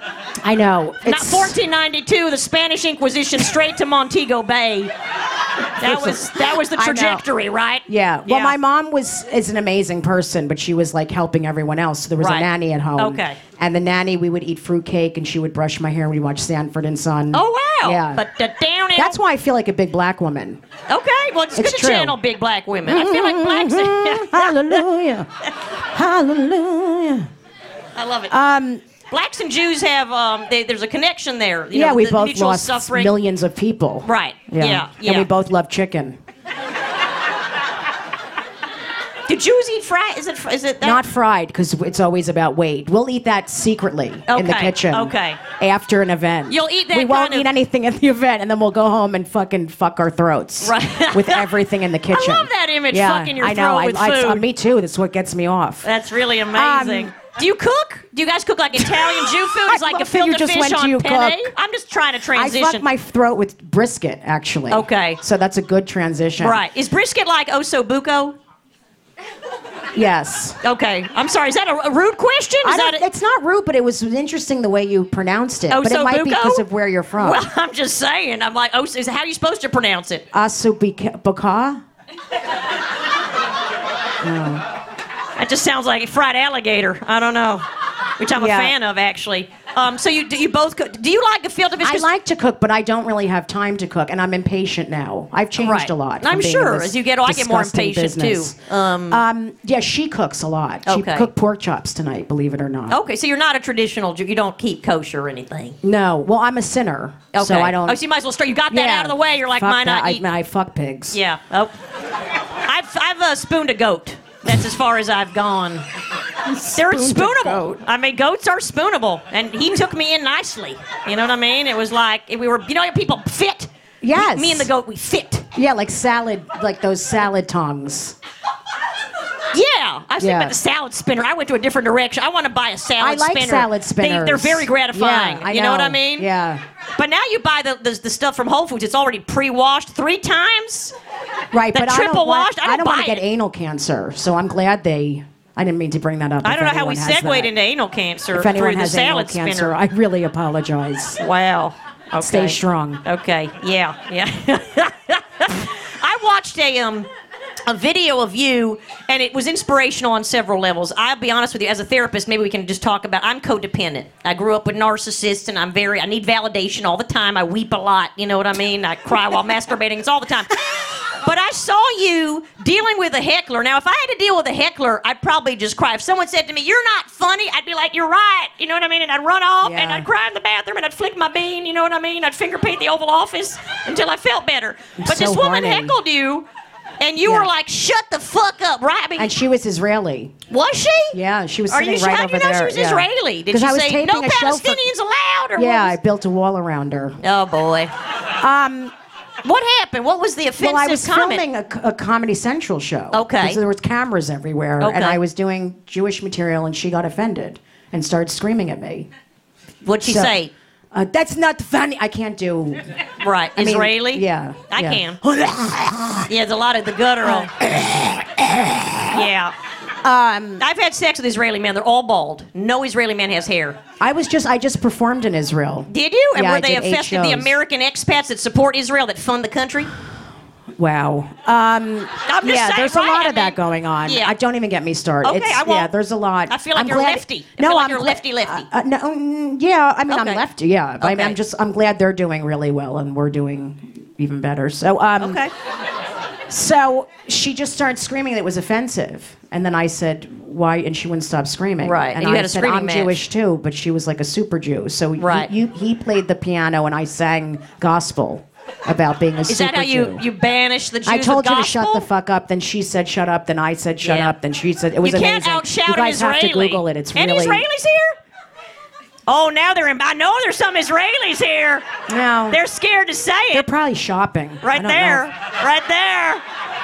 [SPEAKER 7] I know.
[SPEAKER 3] Not 1492, the Spanish Inquisition straight to Montego Bay. That was that was the
[SPEAKER 7] I know.
[SPEAKER 3] trajectory, right?
[SPEAKER 7] Yeah. Well, my mom was is an amazing person, but she was like helping everyone else. So there was
[SPEAKER 3] Right.
[SPEAKER 7] a nanny at home.
[SPEAKER 3] Okay.
[SPEAKER 7] And the nanny, we would eat fruitcake, and she would brush my hair. and We watched Sanford and Son.
[SPEAKER 3] Oh wow!
[SPEAKER 7] Yeah.
[SPEAKER 3] But the down in-
[SPEAKER 7] that's why I feel like a big black woman.
[SPEAKER 3] Okay, well it's,
[SPEAKER 7] It's
[SPEAKER 3] good
[SPEAKER 7] true.
[SPEAKER 3] to channel big black women. I feel like blacks.
[SPEAKER 7] Hallelujah. Hallelujah.
[SPEAKER 3] I love it.
[SPEAKER 7] Uh,
[SPEAKER 3] Um, blacks and Jews have um, they, there's a connection there. You
[SPEAKER 7] yeah,
[SPEAKER 3] know,
[SPEAKER 7] we
[SPEAKER 3] the
[SPEAKER 7] both
[SPEAKER 3] mutual
[SPEAKER 7] lost
[SPEAKER 3] suffering.
[SPEAKER 7] millions of people.
[SPEAKER 3] Right. Yeah,
[SPEAKER 7] And
[SPEAKER 3] yeah.
[SPEAKER 7] we both love chicken.
[SPEAKER 3] Do Jews eat fry? Is it fr- is it that?
[SPEAKER 7] Not fried because it's always about weight. We'll eat that secretly in the
[SPEAKER 3] Okay,
[SPEAKER 7] kitchen.
[SPEAKER 3] okay.
[SPEAKER 7] After an event.
[SPEAKER 3] You'll eat that
[SPEAKER 7] We won't
[SPEAKER 3] kind of-
[SPEAKER 7] eat anything at the event, and then we'll go home and fucking fuck our throats.
[SPEAKER 3] Right.
[SPEAKER 7] With everything in the kitchen.
[SPEAKER 3] love that image,
[SPEAKER 7] Yeah,
[SPEAKER 3] fucking your
[SPEAKER 7] I know.
[SPEAKER 3] throat
[SPEAKER 7] I,
[SPEAKER 3] with
[SPEAKER 7] I,
[SPEAKER 3] food.
[SPEAKER 7] me too. That's what gets me off.
[SPEAKER 3] That's really amazing. Um, do you cook? Do you guys cook like Italian Jew food? It's like
[SPEAKER 7] I
[SPEAKER 3] a
[SPEAKER 7] love that you
[SPEAKER 3] filter
[SPEAKER 7] just
[SPEAKER 3] fish
[SPEAKER 7] went to
[SPEAKER 3] on
[SPEAKER 7] you
[SPEAKER 3] penne.
[SPEAKER 7] cook.
[SPEAKER 3] I'm just trying to
[SPEAKER 7] I
[SPEAKER 3] transition.
[SPEAKER 7] fuck my throat with brisket, actually.
[SPEAKER 3] Okay.
[SPEAKER 7] So that's a good transition.
[SPEAKER 3] right. Is brisket like osso buco?
[SPEAKER 7] Yes.
[SPEAKER 3] Okay. I'm sorry. Is that a, a rude question? Is
[SPEAKER 7] I
[SPEAKER 3] that
[SPEAKER 7] don't-
[SPEAKER 3] a,
[SPEAKER 7] it's not rude, but it was interesting the way you pronounced it. but it
[SPEAKER 3] Osso
[SPEAKER 7] might be
[SPEAKER 3] buco?
[SPEAKER 7] because of where you're from.
[SPEAKER 3] Well, I'm just saying. I'm like, oh, is, how are you supposed to pronounce it?
[SPEAKER 7] Ah, Asubica?
[SPEAKER 3] That just sounds like a fried alligator. I don't know, which I'm
[SPEAKER 7] Yeah.
[SPEAKER 3] a fan of actually. Um, so you do you both cook? Do you like the field of fish?
[SPEAKER 7] I like to cook, but I don't really have time to cook, and I'm impatient now. I've changed
[SPEAKER 3] Right.
[SPEAKER 7] a lot.
[SPEAKER 3] I'm
[SPEAKER 7] from being
[SPEAKER 3] sure.
[SPEAKER 7] in this
[SPEAKER 3] As you get- oh, I get more
[SPEAKER 7] disgusting
[SPEAKER 3] impatient,
[SPEAKER 7] business.
[SPEAKER 3] too. Um,
[SPEAKER 7] Um, yeah, she cooks a lot. She
[SPEAKER 3] Okay. Oh.
[SPEAKER 7] cooked pork chops tonight, believe it or not.
[SPEAKER 3] Okay, so you're not a traditional Jew. You don't keep kosher or anything.
[SPEAKER 7] No, well, I'm a sinner,
[SPEAKER 3] Okay.
[SPEAKER 7] so I don't.
[SPEAKER 3] Oh, so you might as well start. You got that
[SPEAKER 7] Yeah.
[SPEAKER 3] out of the way. You're like,
[SPEAKER 7] Fuck
[SPEAKER 3] mine.
[SPEAKER 7] that.
[SPEAKER 3] I
[SPEAKER 7] I,
[SPEAKER 3] eat.
[SPEAKER 7] I fuck pigs.
[SPEAKER 3] Yeah. Oh. I've I've uh, spooned a goat. That's as far as I've gone. They're
[SPEAKER 7] Spooned a
[SPEAKER 3] spoonable.
[SPEAKER 7] goat.
[SPEAKER 3] I mean, goats are spoonable, and he took me in nicely. You know what I mean? It was like we were. You know, how people fit.
[SPEAKER 7] Yes.
[SPEAKER 3] Me and the goat, we fit.
[SPEAKER 7] Yeah, like salad, like those salad tongs.
[SPEAKER 3] Yeah, I was thinking
[SPEAKER 7] Yeah.
[SPEAKER 3] about the salad spinner. I went to a different direction. I want to buy a salad
[SPEAKER 7] I like
[SPEAKER 3] spinner.
[SPEAKER 7] salad
[SPEAKER 3] They,
[SPEAKER 7] spinners.
[SPEAKER 3] they're very gratifying.
[SPEAKER 7] Yeah, I
[SPEAKER 3] you know. what I mean?
[SPEAKER 7] Yeah.
[SPEAKER 3] But now you buy the, the, the stuff from Whole Foods. It's already pre-washed three times.
[SPEAKER 7] Right,
[SPEAKER 3] The
[SPEAKER 7] but I
[SPEAKER 3] triple
[SPEAKER 7] don't want-
[SPEAKER 3] washed? I don't
[SPEAKER 7] want
[SPEAKER 3] buy
[SPEAKER 7] to get
[SPEAKER 3] it.
[SPEAKER 7] anal cancer, so I'm glad they. I didn't mean to bring that up.
[SPEAKER 3] I
[SPEAKER 7] if
[SPEAKER 3] don't know how
[SPEAKER 7] anyone
[SPEAKER 3] we
[SPEAKER 7] has
[SPEAKER 3] segued
[SPEAKER 7] that.
[SPEAKER 3] into anal cancer
[SPEAKER 7] If anyone
[SPEAKER 3] through
[SPEAKER 7] has
[SPEAKER 3] the
[SPEAKER 7] anal
[SPEAKER 3] salad
[SPEAKER 7] cancer,
[SPEAKER 3] spinner.
[SPEAKER 7] I really apologize.
[SPEAKER 3] Wow. Okay.
[SPEAKER 7] Stay strong.
[SPEAKER 3] Okay. Yeah. Yeah. I watched a um a video of you and it was inspirational on several levels. I'll be honest with you, as a therapist, maybe we can just talk about I'm codependent. I grew up with narcissists and I'm very I need validation all the time. I weep a lot, you know what I mean? I cry while masturbating, it's all the time. But I saw you dealing with a heckler. Now, if I had to deal with a heckler, I'd probably just cry. If someone said to me, You're not funny, I'd be like, You're right. You know what I mean? And I'd run off and
[SPEAKER 7] Yeah.
[SPEAKER 3] I'd cry in the bathroom and I'd flick my bean. You know what I mean? I'd finger paint the Oval Office until I felt better. but
[SPEAKER 7] so
[SPEAKER 3] this woman
[SPEAKER 7] horny.
[SPEAKER 3] heckled you and you
[SPEAKER 7] Yeah.
[SPEAKER 3] were like, Shut the fuck up, right? I mean,
[SPEAKER 7] And she was Israeli.
[SPEAKER 3] was she?
[SPEAKER 7] Yeah, she was
[SPEAKER 3] Are you
[SPEAKER 7] sitting right
[SPEAKER 3] how do you
[SPEAKER 7] over
[SPEAKER 3] know she
[SPEAKER 7] there,
[SPEAKER 3] was
[SPEAKER 7] yeah.
[SPEAKER 3] Israeli? Did
[SPEAKER 7] 'Cause
[SPEAKER 3] you
[SPEAKER 7] I was
[SPEAKER 3] say
[SPEAKER 7] taping
[SPEAKER 3] no
[SPEAKER 7] a show for-
[SPEAKER 3] Palestinians allowed? Or
[SPEAKER 7] Yeah, I
[SPEAKER 3] What was-
[SPEAKER 7] built a wall around her.
[SPEAKER 3] oh boy.
[SPEAKER 7] Um,
[SPEAKER 3] What happened? What was the offensive
[SPEAKER 7] well, I was
[SPEAKER 3] comment?
[SPEAKER 7] filming a, a Comedy Central show.
[SPEAKER 3] Okay.
[SPEAKER 7] 'cause there was cameras everywhere,
[SPEAKER 3] Okay.
[SPEAKER 7] and I was doing Jewish material, and she got offended and started screaming at me.
[SPEAKER 3] What'd she
[SPEAKER 7] So-
[SPEAKER 3] say?
[SPEAKER 7] Uh, that's not funny. I can't do.
[SPEAKER 3] Right,
[SPEAKER 7] I mean,
[SPEAKER 3] Israeli.
[SPEAKER 7] yeah,
[SPEAKER 3] I
[SPEAKER 7] yeah.
[SPEAKER 3] can. yeah, there's a lot of the guttural. yeah. Um, I've had sex with Israeli men. They're all bald. No Israeli man has hair.
[SPEAKER 7] I was just. I just performed in Israel.
[SPEAKER 3] Did you? And
[SPEAKER 7] Yeah,
[SPEAKER 3] were
[SPEAKER 7] I
[SPEAKER 3] they
[SPEAKER 7] did eight
[SPEAKER 3] affected the
[SPEAKER 7] shows.
[SPEAKER 3] American expats that support Israel that fund the country?
[SPEAKER 7] Wow. Um,
[SPEAKER 3] I'm just
[SPEAKER 7] yeah,
[SPEAKER 3] saying,
[SPEAKER 7] there's
[SPEAKER 3] right?
[SPEAKER 7] a lot
[SPEAKER 3] I
[SPEAKER 7] of that
[SPEAKER 3] mean,
[SPEAKER 7] going on.
[SPEAKER 3] yeah.
[SPEAKER 7] I don't even get me started.
[SPEAKER 3] Okay,
[SPEAKER 7] it's,
[SPEAKER 3] I
[SPEAKER 7] Yeah,
[SPEAKER 3] won't.
[SPEAKER 7] there's a lot.
[SPEAKER 3] I feel like
[SPEAKER 7] I'm
[SPEAKER 3] you're
[SPEAKER 7] glad-
[SPEAKER 3] lefty. I
[SPEAKER 7] no,
[SPEAKER 3] feel like
[SPEAKER 7] I'm
[SPEAKER 3] you're
[SPEAKER 7] gla-
[SPEAKER 3] lefty, lefty.
[SPEAKER 7] Uh, no, mm, yeah. I mean,
[SPEAKER 3] Okay.
[SPEAKER 7] I'm lefty. Yeah, But I'm,
[SPEAKER 3] Okay.
[SPEAKER 7] I'm just. I'm glad they're doing really well, and we're doing even better. So, um,
[SPEAKER 3] Okay.
[SPEAKER 7] so she just started screaming that it was offensive, and then I said why, and she wouldn't stop screaming.
[SPEAKER 3] Right,
[SPEAKER 7] And,
[SPEAKER 3] and you
[SPEAKER 7] I
[SPEAKER 3] had a
[SPEAKER 7] said
[SPEAKER 3] screaming
[SPEAKER 7] I'm
[SPEAKER 3] match."
[SPEAKER 7] Jewish too, but she was like a super Jew. So y-
[SPEAKER 3] Right.
[SPEAKER 7] you, he played the piano, and I sang gospel about being a
[SPEAKER 3] Is
[SPEAKER 7] super
[SPEAKER 3] that how you,
[SPEAKER 7] Jew.
[SPEAKER 3] you banish the Jews
[SPEAKER 7] I told
[SPEAKER 3] of
[SPEAKER 7] you to shut
[SPEAKER 3] gospel?
[SPEAKER 7] the fuck up. Then she said shut up. Then I said shut
[SPEAKER 3] Yeah.
[SPEAKER 7] up. Then she said it was
[SPEAKER 3] you
[SPEAKER 7] amazing.
[SPEAKER 3] can't outshout
[SPEAKER 7] you guys
[SPEAKER 3] an
[SPEAKER 7] have
[SPEAKER 3] Israeli.
[SPEAKER 7] to Google it. It's
[SPEAKER 3] Any
[SPEAKER 7] really
[SPEAKER 3] Israelis here? Oh, now they're in. I know there's some Israelis here.
[SPEAKER 7] no.
[SPEAKER 3] They're scared to say
[SPEAKER 7] they're
[SPEAKER 3] it.
[SPEAKER 7] probably shopping I
[SPEAKER 3] Right
[SPEAKER 7] don't
[SPEAKER 3] there.
[SPEAKER 7] know.
[SPEAKER 3] Right there.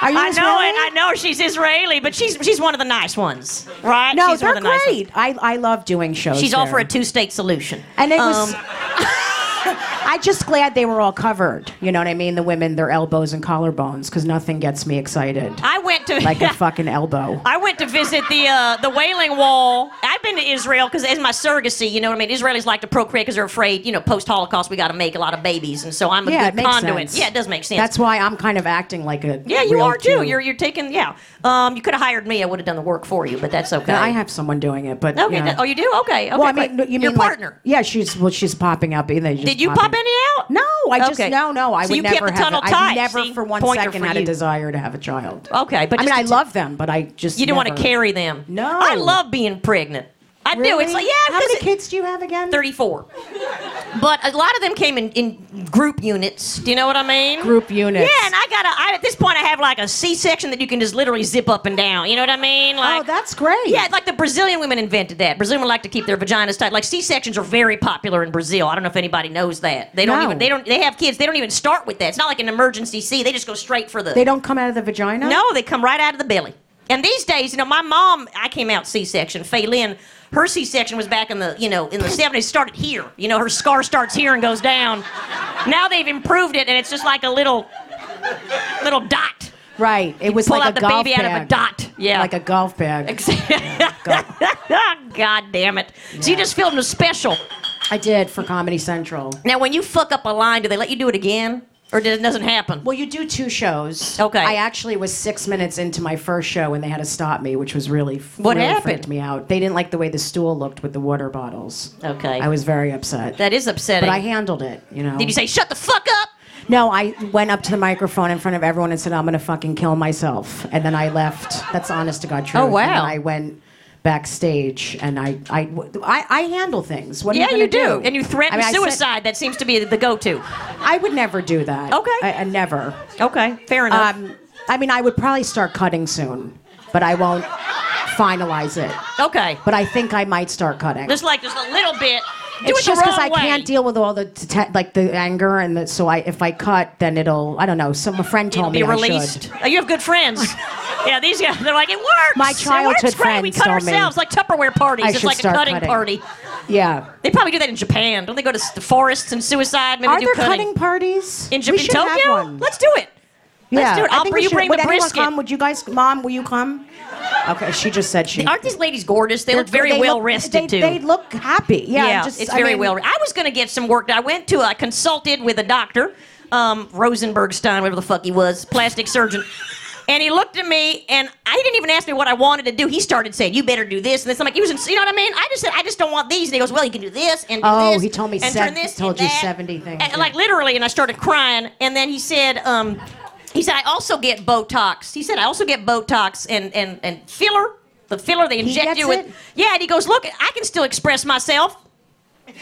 [SPEAKER 7] Are you
[SPEAKER 3] I know
[SPEAKER 7] Israeli?
[SPEAKER 3] it. I know she's Israeli, but she's she's one of the nice ones, right?
[SPEAKER 7] No,
[SPEAKER 3] she's
[SPEAKER 7] they're
[SPEAKER 3] one of the nice
[SPEAKER 7] great.
[SPEAKER 3] ones.
[SPEAKER 7] I, I love doing shows.
[SPEAKER 3] She's all
[SPEAKER 7] there.
[SPEAKER 3] for a two-state solution.
[SPEAKER 7] And it was.
[SPEAKER 3] Um,
[SPEAKER 7] I just glad they were all covered. You know what I mean? The women, their elbows and collarbones, because nothing gets me excited
[SPEAKER 3] I went to
[SPEAKER 7] like a fucking elbow.
[SPEAKER 3] I went to visit the uh, the Wailing Wall. I've been to Israel because as my surrogacy, you know what I mean. Israelis like to procreate because they're afraid, you know, post Holocaust we got to make a lot of babies, and so I'm a
[SPEAKER 7] yeah, it
[SPEAKER 3] good
[SPEAKER 7] makes
[SPEAKER 3] conduit.
[SPEAKER 7] sense.
[SPEAKER 3] Yeah, it does make sense.
[SPEAKER 7] That's why I'm kind of acting like a.
[SPEAKER 3] yeah, you
[SPEAKER 7] real
[SPEAKER 3] are too.
[SPEAKER 7] Jew.
[SPEAKER 3] You're you're taking yeah. Um, you could have hired me. I would have done the work for you, but that's okay.
[SPEAKER 7] I have someone doing it, but.
[SPEAKER 3] Okay.
[SPEAKER 7] you know.
[SPEAKER 3] that- oh, you do? Okay. okay
[SPEAKER 7] well, I
[SPEAKER 3] great.
[SPEAKER 7] mean, you mean
[SPEAKER 3] your
[SPEAKER 7] like-
[SPEAKER 3] partner?
[SPEAKER 7] yeah, she's well, she's popping up. And they just
[SPEAKER 3] Did you
[SPEAKER 7] pop
[SPEAKER 3] pop
[SPEAKER 7] in.
[SPEAKER 3] any out?
[SPEAKER 7] No, I just
[SPEAKER 3] Okay.
[SPEAKER 7] no, no. I
[SPEAKER 3] So
[SPEAKER 7] would
[SPEAKER 3] you kept
[SPEAKER 7] never
[SPEAKER 3] the
[SPEAKER 7] have.
[SPEAKER 3] tunnel
[SPEAKER 7] it.
[SPEAKER 3] tight.
[SPEAKER 7] I never,
[SPEAKER 3] See?
[SPEAKER 7] for one
[SPEAKER 3] Pointer
[SPEAKER 7] second,
[SPEAKER 3] for
[SPEAKER 7] had
[SPEAKER 3] you.
[SPEAKER 7] a desire to have a child.
[SPEAKER 3] Okay, but
[SPEAKER 7] I mean,
[SPEAKER 3] just
[SPEAKER 7] I
[SPEAKER 3] to-
[SPEAKER 7] love them, but I just
[SPEAKER 3] You didn't want
[SPEAKER 7] never-
[SPEAKER 3] to carry them.
[SPEAKER 7] No.
[SPEAKER 3] I love being pregnant. I I do. It's like yeah,
[SPEAKER 7] How
[SPEAKER 3] 'cause
[SPEAKER 7] many
[SPEAKER 3] it-
[SPEAKER 7] kids do you have again?
[SPEAKER 3] 34. But a lot of them came in, in group units. Do you know what I mean?
[SPEAKER 7] Group units.
[SPEAKER 3] Yeah, and I got to, I, at this point, I have like a C section that you can just literally zip up and down. You know what I mean? Like,
[SPEAKER 7] oh, that's great.
[SPEAKER 3] Yeah, like the Brazilian women invented that. Brazilian women like to keep their vaginas tight. Like C sections are very popular in Brazil. I don't know if anybody knows that. They don't
[SPEAKER 7] No.
[SPEAKER 3] even they don't they have kids. They don't even start with that. It's not like an emergency C. They just go straight for the
[SPEAKER 7] They don't come out of the vagina?
[SPEAKER 3] no, they come right out of the belly. And these days, you know, my mom, I came out C-section. Faye Lynn, her C-section was back in the, you know, in the 70s, started here. You know, her scar starts here and goes down. Now they've improved it, and it's just like a little, little dot.
[SPEAKER 7] Right. It was
[SPEAKER 3] pull
[SPEAKER 7] like
[SPEAKER 3] out
[SPEAKER 7] a
[SPEAKER 3] the
[SPEAKER 7] golf
[SPEAKER 3] baby
[SPEAKER 7] bag.
[SPEAKER 3] out of a dot. Yeah.
[SPEAKER 7] Like a golf bag.
[SPEAKER 3] God damn it. So you just filmed a special.
[SPEAKER 7] I did for Comedy Central.
[SPEAKER 3] Now, when you fuck up a line, do they let you do it again? Or does- it doesn't happen?
[SPEAKER 7] Well, you do two shows.
[SPEAKER 3] Okay.
[SPEAKER 7] I actually was six minutes into my first show when they had to stop me, which was really
[SPEAKER 3] What
[SPEAKER 7] really
[SPEAKER 3] happened?
[SPEAKER 7] freaked me out. They didn't like the way the stool looked with the water bottles.
[SPEAKER 3] Okay.
[SPEAKER 7] I was very upset.
[SPEAKER 3] that is upsetting.
[SPEAKER 7] but I handled it, you know.
[SPEAKER 3] Did you say, shut the fuck up?
[SPEAKER 7] No, I went up to the microphone in front of everyone and said, "I'm gonna fucking kill myself," and then I left. That's honest to God truth.
[SPEAKER 3] Oh,
[SPEAKER 7] And
[SPEAKER 3] wow.
[SPEAKER 7] then I went backstage and I I I, I handle things. What are
[SPEAKER 3] Yeah,
[SPEAKER 7] you,
[SPEAKER 3] you
[SPEAKER 7] gonna
[SPEAKER 3] do. And you threaten
[SPEAKER 7] I mean, I said-
[SPEAKER 3] suicide. that seems to be the go to.
[SPEAKER 7] I would never do that.
[SPEAKER 3] Okay.
[SPEAKER 7] I, I never.
[SPEAKER 3] Okay, fair enough.
[SPEAKER 7] Um, I mean, I would probably start cutting soon, but I won't finalize it.
[SPEAKER 3] okay,
[SPEAKER 7] But I think I might start cutting.
[SPEAKER 3] just like just a little bit. Do
[SPEAKER 7] it's
[SPEAKER 3] it
[SPEAKER 7] just
[SPEAKER 3] the wrong
[SPEAKER 7] I
[SPEAKER 3] way.
[SPEAKER 7] can't deal with all the dete- like the anger and the, so I if I cut then it'll I don't know. Some a friend
[SPEAKER 3] It'll
[SPEAKER 7] told
[SPEAKER 3] be
[SPEAKER 7] me
[SPEAKER 3] released.
[SPEAKER 7] I should.
[SPEAKER 3] Oh, you have good friends. yeah, these guys. They're like, it works.
[SPEAKER 7] My
[SPEAKER 3] it works
[SPEAKER 7] childhood
[SPEAKER 3] great. We
[SPEAKER 7] friends
[SPEAKER 3] cut
[SPEAKER 7] told me
[SPEAKER 3] ourselves like Tupperware parties.
[SPEAKER 7] I
[SPEAKER 3] it's
[SPEAKER 7] should
[SPEAKER 3] like a
[SPEAKER 7] start
[SPEAKER 3] cutting,
[SPEAKER 7] cutting.
[SPEAKER 3] party.
[SPEAKER 7] Yeah.
[SPEAKER 3] They probably do that in Japan. Don't they go to s- the forests and suicide? Maybe
[SPEAKER 7] Are
[SPEAKER 3] do
[SPEAKER 7] there
[SPEAKER 3] cutting.
[SPEAKER 7] cutting parties
[SPEAKER 3] in
[SPEAKER 7] We
[SPEAKER 3] Japan,
[SPEAKER 7] should have
[SPEAKER 3] Tokyo?
[SPEAKER 7] one.
[SPEAKER 3] Let's do it.
[SPEAKER 7] yeah,
[SPEAKER 3] Let's do it.
[SPEAKER 7] I
[SPEAKER 3] I'll
[SPEAKER 7] think
[SPEAKER 3] bring-
[SPEAKER 7] we
[SPEAKER 3] you
[SPEAKER 7] should-
[SPEAKER 3] bring the
[SPEAKER 7] Would anyone
[SPEAKER 3] brisket.
[SPEAKER 7] come? Would you guys, Mom? Will you come? Okay, she just said she.
[SPEAKER 3] Aren't these ladies gorgeous? They look very
[SPEAKER 7] they
[SPEAKER 3] well
[SPEAKER 7] look-
[SPEAKER 3] rested
[SPEAKER 7] they,
[SPEAKER 3] too.
[SPEAKER 7] They look happy. Yeah,
[SPEAKER 3] yeah,
[SPEAKER 7] just,
[SPEAKER 3] it's
[SPEAKER 7] I
[SPEAKER 3] very
[SPEAKER 7] mean,
[SPEAKER 3] well. I was going to get some work. done. I went to I consulted with a doctor, um, Rosenbergstein, whatever the fuck he was, plastic surgeon. And he looked at me, and I he didn't even ask me what I wanted to do. He started saying, "You better do this," and this. I'm like, "He was, in, you know what I mean?" I just said, "I just don't want these." And he goes, "Well, you can do this and do
[SPEAKER 7] Oh,
[SPEAKER 3] this."
[SPEAKER 7] he told me
[SPEAKER 3] and
[SPEAKER 7] sev-
[SPEAKER 3] turn this
[SPEAKER 7] told
[SPEAKER 3] and
[SPEAKER 7] you
[SPEAKER 3] that."
[SPEAKER 7] 70 things,
[SPEAKER 3] And,
[SPEAKER 7] yeah.
[SPEAKER 3] Like literally, and I started crying. And then he said, um, "He said I also get Botox." He said, "I also get Botox and and and filler, the filler they inject
[SPEAKER 7] gets
[SPEAKER 3] you with."
[SPEAKER 7] it?
[SPEAKER 3] Yeah, and he goes, "Look, I can still express myself."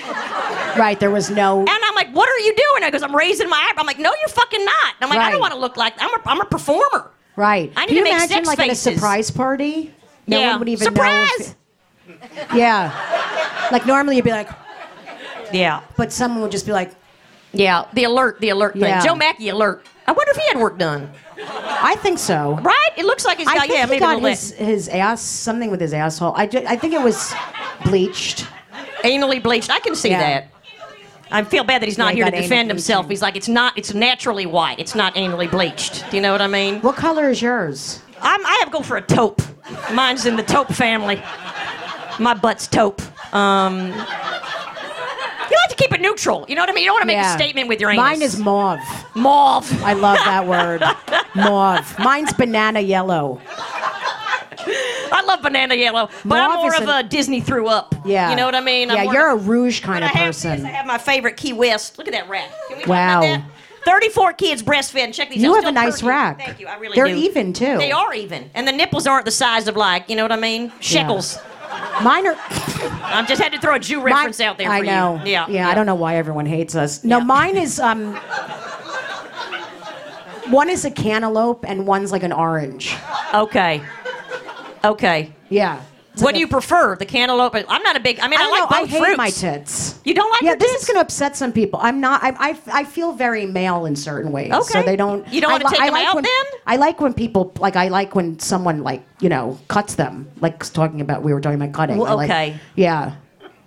[SPEAKER 7] right. There was no.
[SPEAKER 3] And I'm like, what are you doing? I goes, I'm raising my eyebrow. I'm like, no, you're fucking not. And I'm like, I don't
[SPEAKER 7] Right.
[SPEAKER 3] want to look like I'm a, I'm a performer.
[SPEAKER 7] Right.
[SPEAKER 3] I need
[SPEAKER 7] Can
[SPEAKER 3] to
[SPEAKER 7] you
[SPEAKER 3] make
[SPEAKER 7] imagine
[SPEAKER 3] sex
[SPEAKER 7] like at
[SPEAKER 3] faces.
[SPEAKER 7] a surprise party? No
[SPEAKER 3] Yeah.
[SPEAKER 7] one would even know.
[SPEAKER 3] Surprise!
[SPEAKER 7] if- yeah. Like normally you'd be like,
[SPEAKER 3] Yeah,
[SPEAKER 7] but someone would just be like,
[SPEAKER 3] yeah. The alert, the alert thing.
[SPEAKER 7] Yeah.
[SPEAKER 3] Joe Mackey alert. I wonder if he had work done.
[SPEAKER 7] I think so.
[SPEAKER 3] Right? It looks like he's
[SPEAKER 7] I
[SPEAKER 3] got
[SPEAKER 7] think
[SPEAKER 3] yeah,
[SPEAKER 7] he
[SPEAKER 3] maybe a
[SPEAKER 7] got
[SPEAKER 3] little
[SPEAKER 7] his, his ass something with his asshole. I, ju- I think it was bleached.
[SPEAKER 3] bit anally bleached. I can see
[SPEAKER 7] Yeah.
[SPEAKER 3] that. I feel bad that he's
[SPEAKER 7] Yeah,
[SPEAKER 3] not
[SPEAKER 7] he
[SPEAKER 3] here to
[SPEAKER 7] got anal
[SPEAKER 3] defend himself.
[SPEAKER 7] bleaching.
[SPEAKER 3] He's like, it's not. It's naturally white. It's not anally bleached. Do you know what I mean?
[SPEAKER 7] What color is yours?
[SPEAKER 3] I'm, I have to go for a taupe. Mine's in the taupe family. My butt's taupe. Um, you like to keep it neutral. You know what I mean? You don't want to make
[SPEAKER 7] Yeah.
[SPEAKER 3] a statement with your anus.
[SPEAKER 7] Mine is mauve.
[SPEAKER 3] mauve.
[SPEAKER 7] I love that word. mauve. Mine's banana yellow.
[SPEAKER 3] I love banana yellow, but I'm
[SPEAKER 7] Mauve
[SPEAKER 3] more
[SPEAKER 7] is
[SPEAKER 3] of
[SPEAKER 7] a-
[SPEAKER 3] a Disney threw up.
[SPEAKER 7] Yeah.
[SPEAKER 3] You know what I mean? I'm
[SPEAKER 7] Yeah,
[SPEAKER 3] more
[SPEAKER 7] you're a
[SPEAKER 3] of-
[SPEAKER 7] rouge kind
[SPEAKER 3] But I
[SPEAKER 7] of
[SPEAKER 3] have
[SPEAKER 7] person.
[SPEAKER 3] This, I have my favorite Key West. Look at that rack. Can we talk
[SPEAKER 7] Wow.
[SPEAKER 3] about that? 34 kids breastfed. Check these
[SPEAKER 7] You
[SPEAKER 3] out.
[SPEAKER 7] have a
[SPEAKER 3] Still
[SPEAKER 7] nice
[SPEAKER 3] perky.
[SPEAKER 7] rack.
[SPEAKER 3] Thank you. I really
[SPEAKER 7] They're
[SPEAKER 3] do.
[SPEAKER 7] even, too.
[SPEAKER 3] They are even. And the nipples aren't the size of like, you know what I mean? Shekels.
[SPEAKER 7] Mine are.
[SPEAKER 3] I just had to throw a Jew reference
[SPEAKER 7] mine-
[SPEAKER 3] out there for
[SPEAKER 7] I
[SPEAKER 3] you.
[SPEAKER 7] know.
[SPEAKER 3] Yeah.
[SPEAKER 7] yeah. I don't know why everyone hates us. No,
[SPEAKER 3] Yeah.
[SPEAKER 7] mine is um. One is a cantaloupe and one's like an orange.
[SPEAKER 3] Okay. Okay.
[SPEAKER 7] Yeah. It's
[SPEAKER 3] What
[SPEAKER 7] like
[SPEAKER 3] do
[SPEAKER 7] a-
[SPEAKER 3] you prefer, the cantaloupe? I'm not a big. I mean,
[SPEAKER 7] I
[SPEAKER 3] I,
[SPEAKER 7] don't
[SPEAKER 3] like
[SPEAKER 7] know.
[SPEAKER 3] both
[SPEAKER 7] I hate
[SPEAKER 3] fruits.
[SPEAKER 7] my tits.
[SPEAKER 3] You don't like
[SPEAKER 7] Yeah,
[SPEAKER 3] your
[SPEAKER 7] this
[SPEAKER 3] tits?
[SPEAKER 7] is going to upset some people. I'm not. I, I, I feel very male in certain ways. So
[SPEAKER 3] Okay.
[SPEAKER 7] they don't.
[SPEAKER 3] You don't
[SPEAKER 7] I
[SPEAKER 3] wanna
[SPEAKER 7] li-
[SPEAKER 3] take
[SPEAKER 7] I
[SPEAKER 3] them
[SPEAKER 7] like
[SPEAKER 3] out
[SPEAKER 7] when,
[SPEAKER 3] then?
[SPEAKER 7] I like when people like. I like when someone like you know cuts them. Like talking about we were talking about cutting.
[SPEAKER 3] Well,
[SPEAKER 7] I like-
[SPEAKER 3] okay.
[SPEAKER 7] yeah.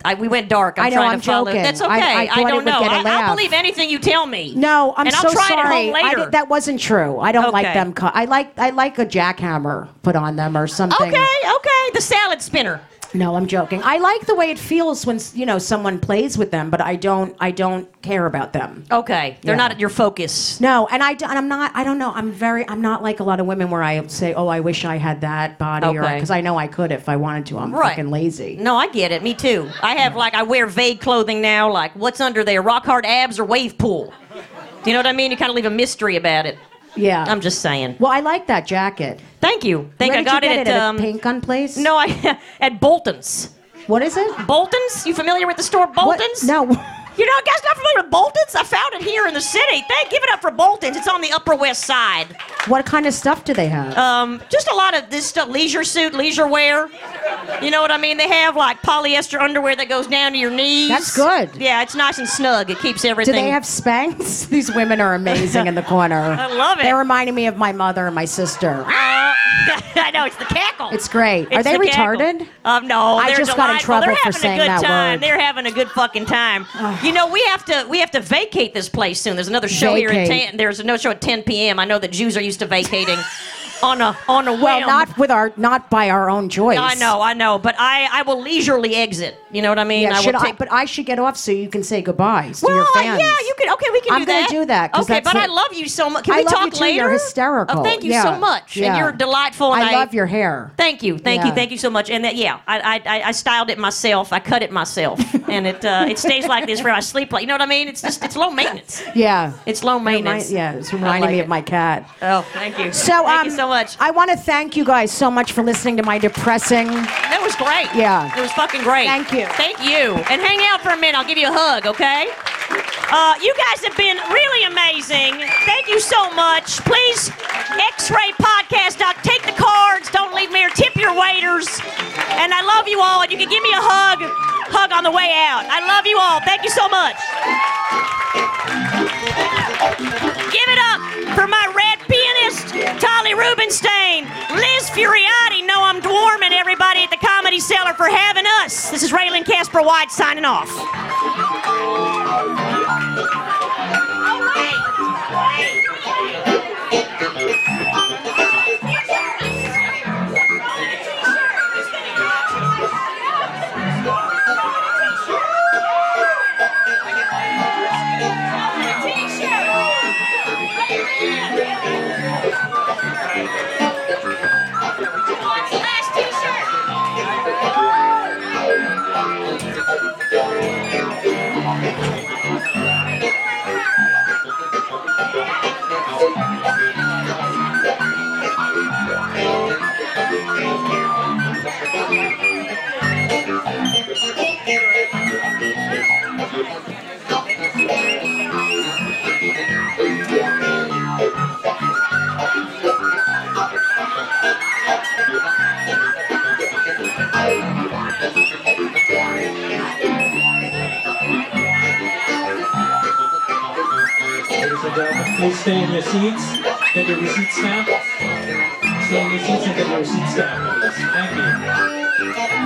[SPEAKER 3] I, we went dark. I'm
[SPEAKER 7] I know,
[SPEAKER 3] trying
[SPEAKER 7] I'm
[SPEAKER 3] to follow.
[SPEAKER 7] joking.
[SPEAKER 3] That's okay.
[SPEAKER 7] I- I
[SPEAKER 3] I,
[SPEAKER 7] thought it
[SPEAKER 3] don't
[SPEAKER 7] would
[SPEAKER 3] know.
[SPEAKER 7] get a
[SPEAKER 3] I,
[SPEAKER 7] laugh.
[SPEAKER 3] I'll believe anything you tell me.
[SPEAKER 7] No, I'm
[SPEAKER 3] and
[SPEAKER 7] so
[SPEAKER 3] I'll try
[SPEAKER 7] sorry.
[SPEAKER 3] it at
[SPEAKER 7] I
[SPEAKER 3] home later.
[SPEAKER 7] did- that wasn't true. I don't like
[SPEAKER 3] Okay.
[SPEAKER 7] them. Cu- I like I like a jackhammer put on them or something.
[SPEAKER 3] okay, okay. The salad spinner.
[SPEAKER 7] No, I'm joking. I like the way it feels when you know someone plays with them, but I don't I don't care about them.
[SPEAKER 3] Okay, they're
[SPEAKER 7] Yeah.
[SPEAKER 3] not at your focus.
[SPEAKER 7] No, and I d- and I'm not. I don't know. I'm very. I'm not like a lot of women where I say, "Oh, I wish I had that body," or
[SPEAKER 3] Okay.
[SPEAKER 7] because I know I could if I wanted to. I'm
[SPEAKER 3] Right.
[SPEAKER 7] fucking lazy.
[SPEAKER 3] No, I get it. Me too. I have like I wear vague clothing now. Like what's under there? Rock hard abs or wave pool? Do you know what I mean? You kind of leave a mystery about it.
[SPEAKER 7] Yeah.
[SPEAKER 3] I'm just saying.
[SPEAKER 7] Well, I like that jacket.
[SPEAKER 3] Thank you. Think
[SPEAKER 7] where
[SPEAKER 3] I
[SPEAKER 7] did
[SPEAKER 3] got
[SPEAKER 7] you get
[SPEAKER 3] it
[SPEAKER 7] it, at
[SPEAKER 3] um,
[SPEAKER 7] a pink gun place?
[SPEAKER 3] No, I at Bolton's.
[SPEAKER 7] What is it?
[SPEAKER 3] Bolton's? You familiar with the store
[SPEAKER 7] What?
[SPEAKER 3] Bolton's?
[SPEAKER 7] No.
[SPEAKER 3] You know, guys, not familiar with Bolton's? I found it here in the city. Thank, give it up for Bolton's. It's on the Upper West Side.
[SPEAKER 7] What kind of stuff do they have?
[SPEAKER 3] Um, just a lot of this stuff, leisure suit, leisure wear. You know what I mean? They have like polyester underwear that goes down to your knees.
[SPEAKER 7] That's good.
[SPEAKER 3] Yeah, it's nice and snug. It keeps
[SPEAKER 7] do
[SPEAKER 3] everything.
[SPEAKER 7] they have Spanx? These women are amazing in the corner. I
[SPEAKER 3] love it.
[SPEAKER 7] They reminded me of my mother and my sister.
[SPEAKER 3] Uh, I know it's the cackle.
[SPEAKER 7] It's great. Are
[SPEAKER 3] It's
[SPEAKER 7] they
[SPEAKER 3] the cackle.
[SPEAKER 7] retarded?
[SPEAKER 3] Um, no,
[SPEAKER 7] I
[SPEAKER 3] they're
[SPEAKER 7] just got in
[SPEAKER 3] delightful.
[SPEAKER 7] trouble
[SPEAKER 3] They're
[SPEAKER 7] for
[SPEAKER 3] having
[SPEAKER 7] saying
[SPEAKER 3] a good
[SPEAKER 7] that
[SPEAKER 3] time.
[SPEAKER 7] word.
[SPEAKER 3] They're having a good fucking time. you know, we have to we have to vacate this place soon. There's another show here in
[SPEAKER 7] Vacate.
[SPEAKER 3] ten. There's another show at 10 p.m. I know that Jews are used to vacating on a on a whim.
[SPEAKER 7] Well, not with our, not by our own choice.
[SPEAKER 3] I know, I know, but I I will leisurely exit. You know what I mean?
[SPEAKER 7] Yeah,
[SPEAKER 3] I
[SPEAKER 7] should
[SPEAKER 3] will
[SPEAKER 7] I, but I should get off so you can say goodbyes to
[SPEAKER 3] well,
[SPEAKER 7] your
[SPEAKER 3] I-
[SPEAKER 7] fans.
[SPEAKER 3] yeah, you can. Okay, we can
[SPEAKER 7] I'm
[SPEAKER 3] do
[SPEAKER 7] gonna
[SPEAKER 3] that.
[SPEAKER 7] do that, 'cause
[SPEAKER 3] Okay,
[SPEAKER 7] that's
[SPEAKER 3] but I
[SPEAKER 7] it.
[SPEAKER 3] love you so much. Can
[SPEAKER 7] I
[SPEAKER 3] we
[SPEAKER 7] love
[SPEAKER 3] talk
[SPEAKER 7] you too.
[SPEAKER 3] later?
[SPEAKER 7] You're hysterical.
[SPEAKER 3] Oh, thank you so
[SPEAKER 7] Yeah,
[SPEAKER 3] much, and
[SPEAKER 7] yeah.
[SPEAKER 3] you're delightful. And
[SPEAKER 7] I love your hair.
[SPEAKER 3] Thank you, thank you,
[SPEAKER 7] Yeah.
[SPEAKER 3] thank you so much. And that, yeah, I, I- I, I styled it myself. I cut it myself, and it uh, it stays like this where I sleep. Like you know what I mean? It's just it's low maintenance.
[SPEAKER 7] Yeah.
[SPEAKER 3] It's low
[SPEAKER 7] Remind,
[SPEAKER 3] maintenance.
[SPEAKER 7] yeah, it's
[SPEAKER 3] I
[SPEAKER 7] reminding
[SPEAKER 3] like
[SPEAKER 7] me
[SPEAKER 3] it.
[SPEAKER 7] of my cat.
[SPEAKER 3] Oh, thank you.
[SPEAKER 7] So,
[SPEAKER 3] thank
[SPEAKER 7] um,
[SPEAKER 3] you so much.
[SPEAKER 7] I want to thank you guys so much for listening to my depressing.
[SPEAKER 3] that was great.
[SPEAKER 7] Yeah.
[SPEAKER 3] it was fucking great.
[SPEAKER 7] Thank you.
[SPEAKER 3] Thank you. And hang out for a minute. I'll give you a hug. Okay. Uh, you guys have been really amazing. Thank you so much. Please, X-Ray Podcast. Doc, take the cards. Don't leave me here. Tip your waiters. And I love you all. And you can give me a hug. Hug on the way out. I love you all. Thank you so much. Give it up for my red pianist, Tolly Rubinstein, Liz Furiati, Noam Dwarm, and everybody at the Comedy Cellar for having us. This is Raylan Casper White signing off.
[SPEAKER 2] Ladies and gentlemen, please stay in your seats. Get your receipt stamp. Stay in your seats and get your receipt stamp, please. Thank you.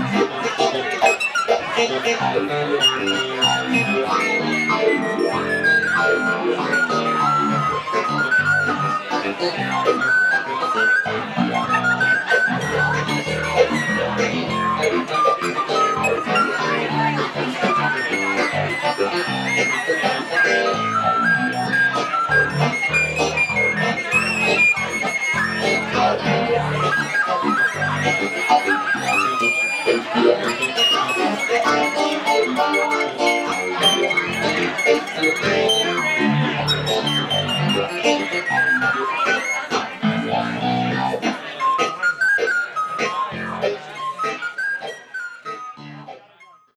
[SPEAKER 8] Thank